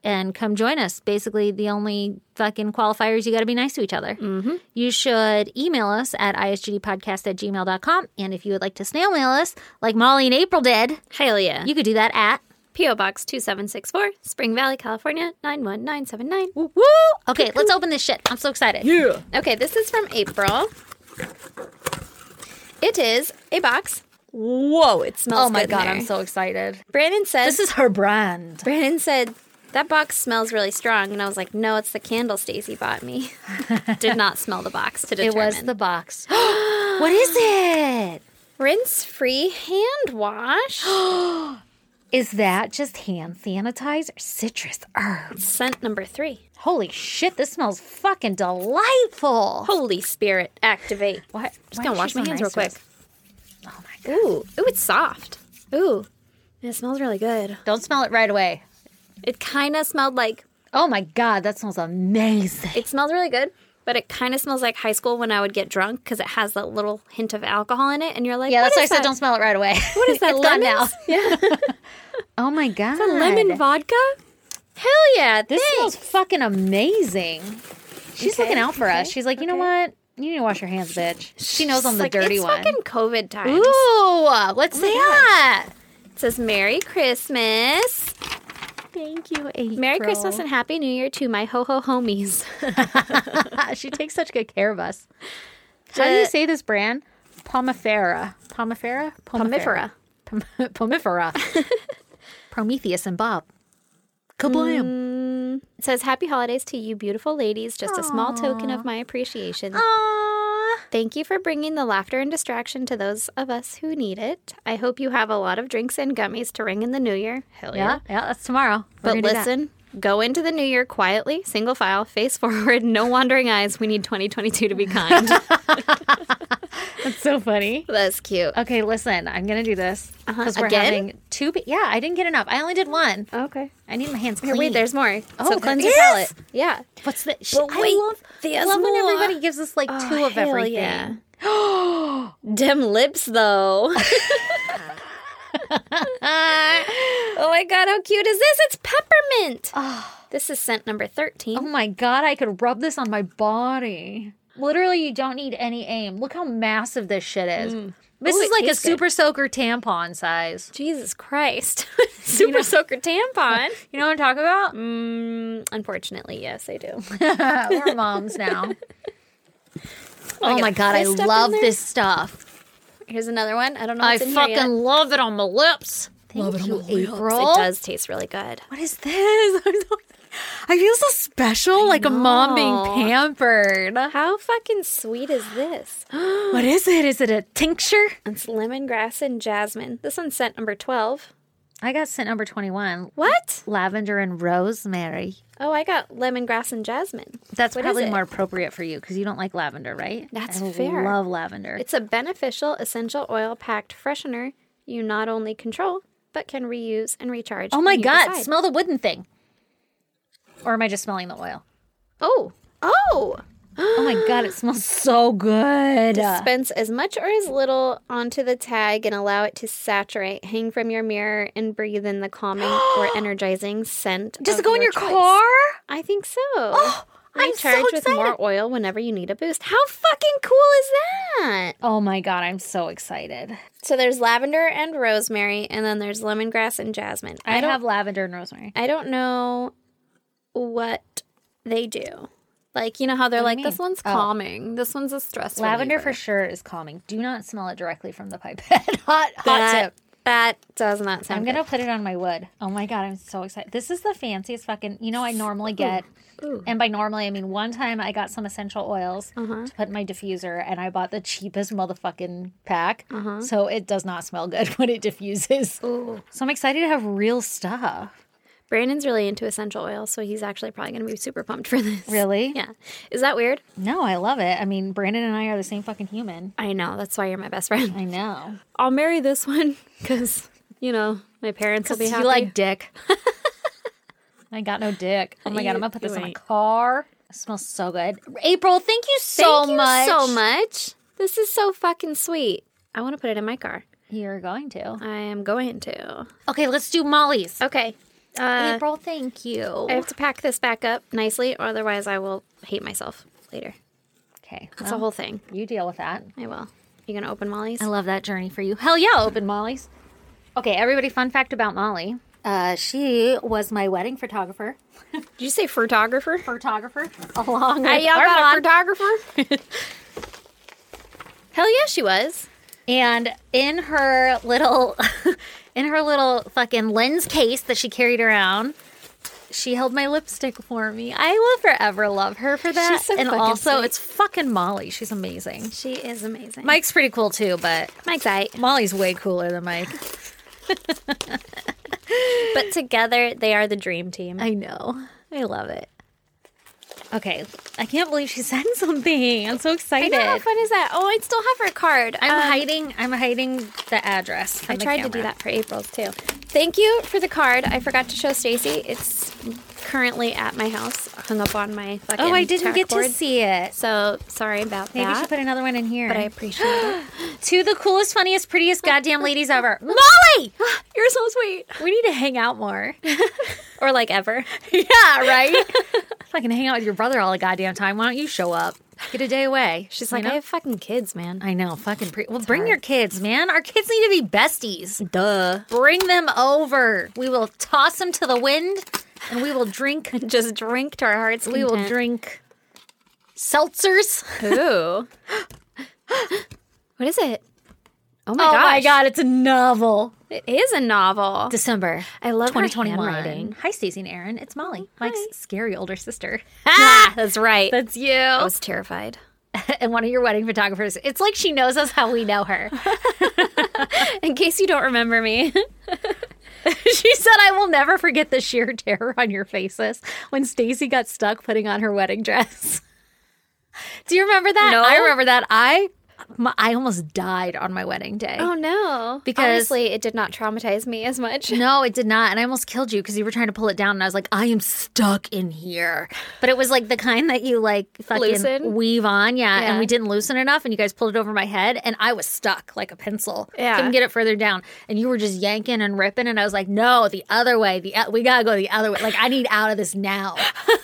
Speaker 1: And come join us. Basically, the only fucking qualifier is you got to be nice to each other. Mm-hmm. You should email us at isgdpodcast at gmail.com. And if you would like to snail mail us, like Molly and April did,
Speaker 2: Hell yeah!
Speaker 1: you could do that at
Speaker 2: P.O. Box 2764, Spring Valley, California 91979.
Speaker 1: woo. Okay, let's open this shit. I'm so excited.
Speaker 2: Yeah. Okay, this is from April. It is a box. Whoa, it smells
Speaker 1: Oh my
Speaker 2: good in
Speaker 1: God,
Speaker 2: there.
Speaker 1: I'm so excited.
Speaker 2: Brandon says
Speaker 1: This is her brand.
Speaker 2: Brandon said that box smells really strong and I was like, "No, it's the candle Stacy bought me." Did not smell the box to
Speaker 1: It
Speaker 2: determine.
Speaker 1: was the box. what is it?
Speaker 2: rinse-free hand wash
Speaker 1: Is that just hand sanitizer? Citrus herbs.
Speaker 2: scent number 3.
Speaker 1: Holy shit, this smells fucking delightful.
Speaker 2: Holy Spirit, activate.
Speaker 1: What?
Speaker 2: Just going to wash my hands real quick.
Speaker 1: Oh my god.
Speaker 2: Ooh, ooh, it's soft. Ooh. It smells really good.
Speaker 1: Don't smell it right away.
Speaker 2: It kind of smelled like
Speaker 1: Oh my god, that smells amazing.
Speaker 2: it smells really good, but it kind of smells like high school when I would get drunk because it has that little hint of alcohol in it, and you're like,
Speaker 1: Yeah, that's why
Speaker 2: "What
Speaker 1: I
Speaker 2: is
Speaker 1: said
Speaker 2: that?
Speaker 1: don't smell it right away. What
Speaker 2: is that,
Speaker 1: it's gone now.
Speaker 2: lemons?
Speaker 1: oh my god.
Speaker 2: lemon vodka." Hell yeah!
Speaker 1: This
Speaker 2: thanks.
Speaker 1: smells fucking amazing. She's
Speaker 2: Okay,
Speaker 1: looking out for us.
Speaker 2: okay,
Speaker 1: She's like, you know what? You need to wash your hands, bitch. She knows I'm
Speaker 2: It's
Speaker 1: the
Speaker 2: like,
Speaker 1: dirty
Speaker 2: it's
Speaker 1: one.
Speaker 2: fucking COVID times.
Speaker 1: Ooh, what's that?
Speaker 2: It says Merry Christmas.
Speaker 1: Thank you, April.
Speaker 2: Merry Christmas and Happy New Year to my ho ho homies.
Speaker 1: Ah, she takes such good care of us. How do you say this brand? Pomifera. Pomifera?
Speaker 2: Pomifera.
Speaker 1: Pom- Mm, Pomifera. Prometheus and Bob. Kablam.
Speaker 2: It says, Happy holidays to you, beautiful ladies. Just a small token of my appreciation.
Speaker 1: Aww.
Speaker 2: Thank you for bringing the laughter and distraction to those of us who need it. I hope you have a lot of drinks and gummies to ring in the new year. Hell yeah.
Speaker 1: Yeah, yeah, that's tomorrow. We're
Speaker 2: But
Speaker 1: gonna do that.
Speaker 2: listen, go into the new year quietly, single file, face forward, no wandering eyes. We need 2022 to be kind.
Speaker 1: that's so funny.
Speaker 2: That's cute.
Speaker 1: Okay, listen, I'm gonna do this because we're
Speaker 2: Again?
Speaker 1: having two. Be- yeah, I didn't get enough. I only did one.
Speaker 2: Okay.
Speaker 1: I need my hands
Speaker 2: Here,
Speaker 1: clean.
Speaker 2: wait, there's more.
Speaker 1: Oh,
Speaker 2: so
Speaker 1: there
Speaker 2: cleanse your
Speaker 1: is?
Speaker 2: palate. Yeah.
Speaker 1: what's the? Sh-
Speaker 2: But wait,
Speaker 1: I love,
Speaker 2: there's
Speaker 1: love when
Speaker 2: more.
Speaker 1: everybody gives us like two of
Speaker 2: Oh, hell
Speaker 1: everything.
Speaker 2: yeah. Dim lips, though. oh my god, how cute is this? It's peppermint. This is scent number 13.
Speaker 1: Oh my god, I could rub this on my body. Literally, you don't need any aim. Look how massive this shit is. This
Speaker 2: Ooh,
Speaker 1: is
Speaker 2: Mm. Oh, it
Speaker 1: like a
Speaker 2: tastes good.
Speaker 1: super soaker tampon size.
Speaker 2: Jesus Christ. Super soaker tampon.
Speaker 1: You know what I'm talking about? Uh,
Speaker 2: Mm, unfortunately, yes, I do.
Speaker 1: We're moms now. oh
Speaker 2: get
Speaker 1: my
Speaker 2: a
Speaker 1: god, I
Speaker 2: fist up in
Speaker 1: love
Speaker 2: there?
Speaker 1: this stuff.
Speaker 2: Here's another one. I don't know
Speaker 1: I
Speaker 2: what's in here
Speaker 1: fucking
Speaker 2: yet.
Speaker 1: love it on my lips. Thank
Speaker 2: Love it on
Speaker 1: you,
Speaker 2: my lips.
Speaker 1: April.
Speaker 2: It does taste really good.
Speaker 1: What is this? I'm so- I feel so special, like a mom
Speaker 2: know.
Speaker 1: being pampered.
Speaker 2: How fucking sweet is this?
Speaker 1: What is it? Is it a tincture?
Speaker 2: It's lemongrass and jasmine. This one's scent number 12.
Speaker 1: I got scent number 21
Speaker 2: What?
Speaker 1: lavender and rosemary.
Speaker 2: Oh, I got lemongrass and jasmine.
Speaker 1: That's
Speaker 2: What is
Speaker 1: probably
Speaker 2: it?
Speaker 1: more appropriate for you because you don't like lavender, right?
Speaker 2: That's
Speaker 1: I
Speaker 2: fair.
Speaker 1: love lavender.
Speaker 2: It's a beneficial essential oil packed freshener you not only control, but can reuse and recharge.
Speaker 1: oh my
Speaker 2: when you
Speaker 1: god,
Speaker 2: decide.
Speaker 1: smell the wooden thing. Or am I just smelling the oil?
Speaker 2: oh, oh!
Speaker 1: Oh my god, it smells so good.
Speaker 2: Dispense as much or as little onto the tag and allow it to saturate. Hang from your mirror and breathe in the calming or energizing scent.
Speaker 1: Does
Speaker 2: of
Speaker 1: it go in your
Speaker 2: choice.
Speaker 1: car? Oh,
Speaker 2: I think so.
Speaker 1: I'm so
Speaker 2: Recharge with more oil whenever you need a boost. How fucking cool is that?
Speaker 1: Oh my god, I'm so excited.
Speaker 2: So there's lavender and rosemary, and then there's lemongrass and jasmine.
Speaker 1: I,
Speaker 2: don't
Speaker 1: have lavender and rosemary.
Speaker 2: I don't know what they do. Like, you know how they're
Speaker 1: What
Speaker 2: like,
Speaker 1: do you
Speaker 2: this
Speaker 1: mean?
Speaker 2: one's
Speaker 1: Oh.
Speaker 2: calming. This one's a stress
Speaker 1: Lavender for
Speaker 2: reliever."
Speaker 1: sure is calming. Do not smell it directly from the pipette. hot hot
Speaker 2: That,
Speaker 1: tip.
Speaker 2: that does not sound
Speaker 1: I'm gonna put it on my wood. Oh my god, I'm so excited. This is the fanciest fucking. You know, I normally get, and by normally I mean one time I got some essential oils
Speaker 2: Uh-huh.
Speaker 1: to put in my diffuser, and I bought the cheapest motherfucking pack, so it does not smell good when it diffuses.
Speaker 2: good. Uh-huh. Ooh.
Speaker 1: So I'm excited to have real stuff.
Speaker 2: Brandon's really into essential oils, so he's actually probably going to be super pumped for this.
Speaker 1: Really?
Speaker 2: Yeah. Is that weird?
Speaker 1: No, I love it. I mean, Brandon and I are the same fucking human.
Speaker 2: I know. That's why you're my best friend.
Speaker 1: I know.
Speaker 2: I'll marry this one because, you know, my parents will be happy.
Speaker 1: you like dick. I got no dick. Oh my god,
Speaker 2: You-
Speaker 1: I'm gonna put
Speaker 2: you
Speaker 1: this on my
Speaker 2: ain't.
Speaker 1: car. It smells so good. April, thank you so
Speaker 2: Thank you
Speaker 1: much.
Speaker 2: so much. This is so fucking sweet. I want to put it in my car.
Speaker 1: You're going to.
Speaker 2: I am going to.
Speaker 1: Okay, let's do Molly's.
Speaker 2: Okay. Uh,
Speaker 1: April, thank you.
Speaker 2: I have to pack this back up nicely, or otherwise I will hate myself later.
Speaker 1: okay,
Speaker 2: It's
Speaker 1: well,
Speaker 2: a whole thing.
Speaker 1: you deal with that.
Speaker 2: I will. You gonna open Molly's?
Speaker 1: I love that journey for you. Hell yeah, open Molly's. Okay, everybody, fun fact about Molly. Uh, she was my wedding photographer,
Speaker 2: Did you say photographer?
Speaker 1: photographer, along with
Speaker 2: I y'all
Speaker 1: Armand.
Speaker 2: got a photographer. Hell yeah, she was.
Speaker 1: And in her little, in her little fucking lens case that she carried around, she held my lipstick for me. I will forever love her for that.
Speaker 2: She's so
Speaker 1: and
Speaker 2: fucking
Speaker 1: also,
Speaker 2: sweet.
Speaker 1: it's fucking Molly. She's amazing.
Speaker 2: She is amazing. Mike,
Speaker 1: Mike's pretty cool too, but
Speaker 2: Mike's I.
Speaker 1: Molly's way cooler than Mike.
Speaker 2: But together they are the dream team.
Speaker 1: I know. I love it. Okay, I can't believe she sent something. I'm so excited.
Speaker 2: How fun is that? Oh, I still have her card.
Speaker 1: I'm
Speaker 2: Um,
Speaker 1: hiding. I'm hiding the address. From
Speaker 2: I
Speaker 1: the
Speaker 2: tried to do
Speaker 1: camera.
Speaker 2: that for April's too. Thank you for the card. I forgot to show Stacy. It's currently at my house, hung up on my fucking.
Speaker 1: Oh, I didn't get to
Speaker 2: trackboard.
Speaker 1: see it.
Speaker 2: So sorry about
Speaker 1: Maybe
Speaker 2: that.
Speaker 1: she put another one in here.
Speaker 2: but I appreciate it.
Speaker 1: to the coolest, funniest, prettiest goddamn ladies ever. Molly!
Speaker 2: You're so sweet.
Speaker 1: We need to hang out more.
Speaker 2: Or like ever.
Speaker 1: yeah, right? if I can hang out with your brother all the goddamn time, why don't you show up? Get a day away.
Speaker 2: She's
Speaker 1: You
Speaker 2: like,
Speaker 1: know?
Speaker 2: I have fucking kids, man.
Speaker 1: I know, fucking pre- Well, bring your kids, man. Our kids need to be besties. Duh. Bring them over. We will toss them to the wind and we will drink.
Speaker 2: Just drink to our hearts.
Speaker 1: we will drink seltzers.
Speaker 2: Ooh. what is it? Oh my
Speaker 1: Oh
Speaker 2: gosh.
Speaker 1: my god, it's a novel.
Speaker 2: It is a novel.
Speaker 1: December.
Speaker 2: I love her
Speaker 1: 2021.
Speaker 2: handwriting.
Speaker 1: Hi, Stacey and Aaron. It's Molly, Mike's scary older sister.
Speaker 2: Ah, that's right.
Speaker 1: That's you.
Speaker 2: I was terrified.
Speaker 1: and one of your wedding photographers. It's like she knows us how we know her.
Speaker 2: In case you don't remember me,
Speaker 1: she said, "I will never forget the sheer terror on your faces when Stacy got stuck putting on her wedding dress." Do you remember that?
Speaker 2: No.
Speaker 1: I remember that. I my, I almost died on my wedding day.
Speaker 2: Oh no!
Speaker 1: Because-
Speaker 2: honestly, it did not traumatize me as much.
Speaker 1: No, it did not. And I almost killed you because you were trying to pull it down. And I was like, I am stuck in here. But it was like the kind that you like fucking
Speaker 2: Loosen?
Speaker 1: weave on. Yeah,
Speaker 2: Yeah.
Speaker 1: And we didn't loosen enough. And you guys pulled it over my head. And I was stuck like a pencil.
Speaker 2: Yeah.
Speaker 1: Couldn't get it further down. And you were just yanking and ripping. And I was like, no, the other way. The o- We got to go the other way. Like, I need out of this now.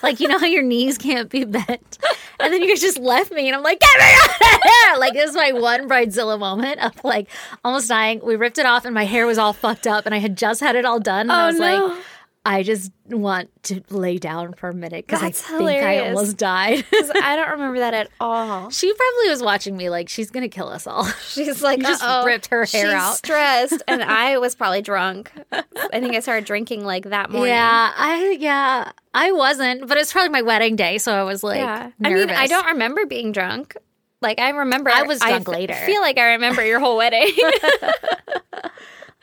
Speaker 1: like, you know how your knees can't be bent. And then you guys just left me. And I'm like, get me out of here. Like, this is my one bridezilla moment of like almost dying. We ripped it off. And my hair was all fucked up. And I had just had it all done. And I
Speaker 2: Oh,
Speaker 1: was
Speaker 2: no.
Speaker 1: like, I just want to lay down for a minute because I
Speaker 2: That's
Speaker 1: think I
Speaker 2: hilarious.
Speaker 1: almost died.
Speaker 2: 'Cause I don't remember that at all.
Speaker 1: she probably was watching me like she's gonna kill us all.
Speaker 2: She's like,
Speaker 1: just
Speaker 2: "Uh-oh,
Speaker 1: ripped her hair
Speaker 2: she's
Speaker 1: out."
Speaker 2: stressed, and I was probably drunk. I think I started drinking like that morning.
Speaker 1: yeah, I yeah I wasn't, but it's probably my wedding day, so I was like,
Speaker 2: Yeah. I
Speaker 1: nervous.
Speaker 2: mean, I don't remember being drunk. Like I remember,
Speaker 1: I was drunk
Speaker 2: f-
Speaker 1: later.
Speaker 2: Feel like I remember your whole wedding.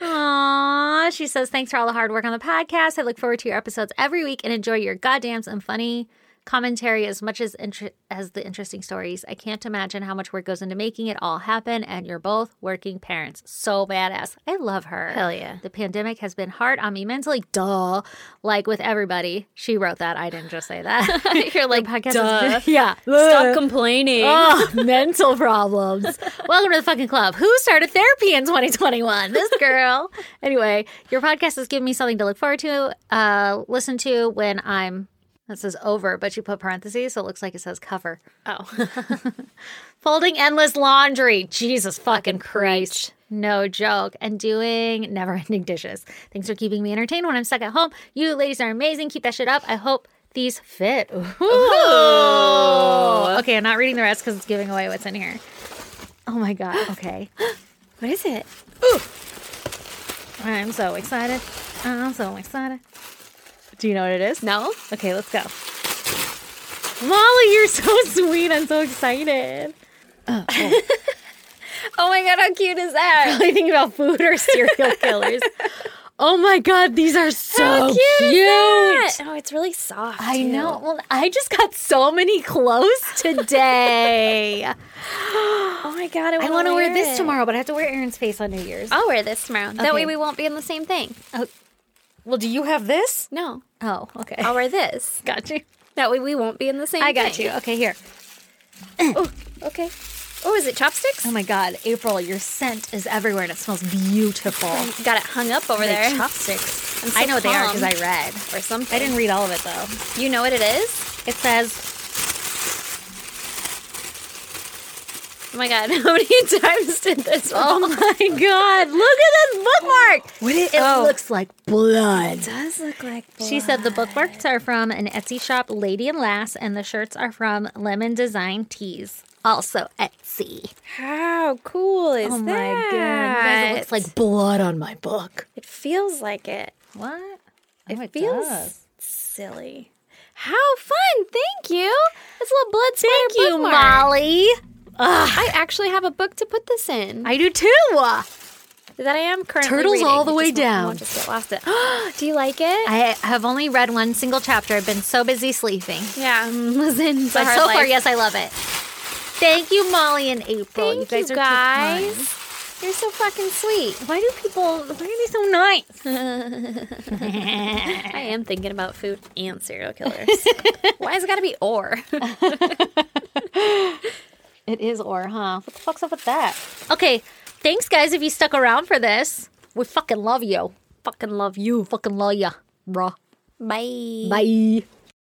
Speaker 1: Aw, she says thanks for all the hard work on the podcast. I look forward to your episodes every week and enjoy your goddamns and funny commentary as much as inter- as the interesting stories. I can't imagine how much work goes into making it all happen. And you're both working parents, so badass. I love her.
Speaker 2: Hell yeah.
Speaker 1: The pandemic has been hard on me mentally. Duh, like with everybody. She wrote that. I didn't just say that.
Speaker 2: You're like,
Speaker 1: Podcast
Speaker 2: duh.
Speaker 1: is- yeah.
Speaker 2: Stop complaining.
Speaker 1: Oh, mental problems. Welcome to the fucking club. Who started therapy in 2021? This girl. anyway, your podcast has given me something to look forward to, uh, listen to when I'm. That says over, but you put parentheses, so it looks like it says cover.
Speaker 2: Oh.
Speaker 1: Folding endless laundry. Jesus fucking Christ. No joke. And doing never ending dishes. Thanks for keeping me entertained when I'm stuck at home. You ladies are amazing. Keep that shit up. I hope these fit. Ooh. Okay, I'm not reading the rest because it's giving away what's in here. Oh my God. Okay.
Speaker 2: what is it?
Speaker 1: I'm so excited. I'm so excited. Do you know what it is?
Speaker 2: No.
Speaker 1: Okay, let's go. Molly, you're so sweet. I'm so excited.
Speaker 2: Oh my god, how cute is that?
Speaker 1: probably thinking about food or serial killers. oh my god, these are so
Speaker 2: How cute
Speaker 1: cute.
Speaker 2: is that? Oh, it's really soft.
Speaker 1: I
Speaker 2: too.
Speaker 1: know. Well, I just got so many clothes today.
Speaker 2: Oh my god,
Speaker 1: I want to wear this
Speaker 2: it.
Speaker 1: tomorrow, but I have to wear Aaron's face on New Year's.
Speaker 2: I'll wear this tomorrow. That
Speaker 1: Okay.
Speaker 2: way we won't be in the same thing.
Speaker 1: Well, do you have this?
Speaker 2: No,
Speaker 1: Oh, okay.
Speaker 2: I'll wear this.
Speaker 1: got you.
Speaker 2: That way we won't be in the same.
Speaker 1: I got you. Okay, here.
Speaker 2: Oh, okay. Oh, is it chopsticks?
Speaker 1: Oh my god, April, your scent is everywhere and it smells beautiful.
Speaker 2: Got it hung up over
Speaker 1: They're
Speaker 2: there.
Speaker 1: chopsticks.
Speaker 2: I'm so
Speaker 1: I know what they are
Speaker 2: calm.
Speaker 1: because I read.
Speaker 2: or something.
Speaker 1: I didn't read all of it though.
Speaker 2: You know what it is?
Speaker 1: It says
Speaker 2: Oh my god, how many times did this?
Speaker 1: Oh
Speaker 2: roll?
Speaker 1: my god, look at this bookmark!
Speaker 2: What it-
Speaker 1: it
Speaker 2: oh.
Speaker 1: looks like blood.
Speaker 2: does look like.
Speaker 1: She said the bookmarks are from an Etsy shop, Lady and Lass, and the shirts are from Lemon Design Tees, also Etsy.
Speaker 2: How cool is
Speaker 1: Oh my god, you
Speaker 2: that?
Speaker 1: guys, it looks like blood on my book.
Speaker 2: it feels like it.
Speaker 1: What?
Speaker 2: It
Speaker 1: Oh, it
Speaker 2: feels
Speaker 1: does.
Speaker 2: silly. How fun! Thank you. It's a little blood splatter
Speaker 1: Thank you,
Speaker 2: bookmark.
Speaker 1: Molly.
Speaker 2: I actually have a book to put this in.
Speaker 1: I do too. I
Speaker 2: that I am currently
Speaker 1: Turtles
Speaker 2: reading.
Speaker 1: all the
Speaker 2: It
Speaker 1: way
Speaker 2: just won't-
Speaker 1: down.
Speaker 2: won't Just get lost. It. Do you like it?
Speaker 1: have only read one single chapter. I've been so busy sleeping.
Speaker 2: yeah, listen.
Speaker 1: But so far, yes, I love it. Thank you, Molly and April.
Speaker 2: Thank
Speaker 1: you guys are too
Speaker 2: guys.
Speaker 1: kind.
Speaker 2: You're so fucking sweet.
Speaker 1: Why do people? Why are they so nice?
Speaker 2: I am thinking about food and serial killers. Why has it got to be or?
Speaker 1: It is or, huh? What the fuck's up with that? Okay, thanks guys if you stuck around for this. We fucking love you. Fucking love you. Fucking love ya, bruh.
Speaker 2: Bye.
Speaker 1: Bye.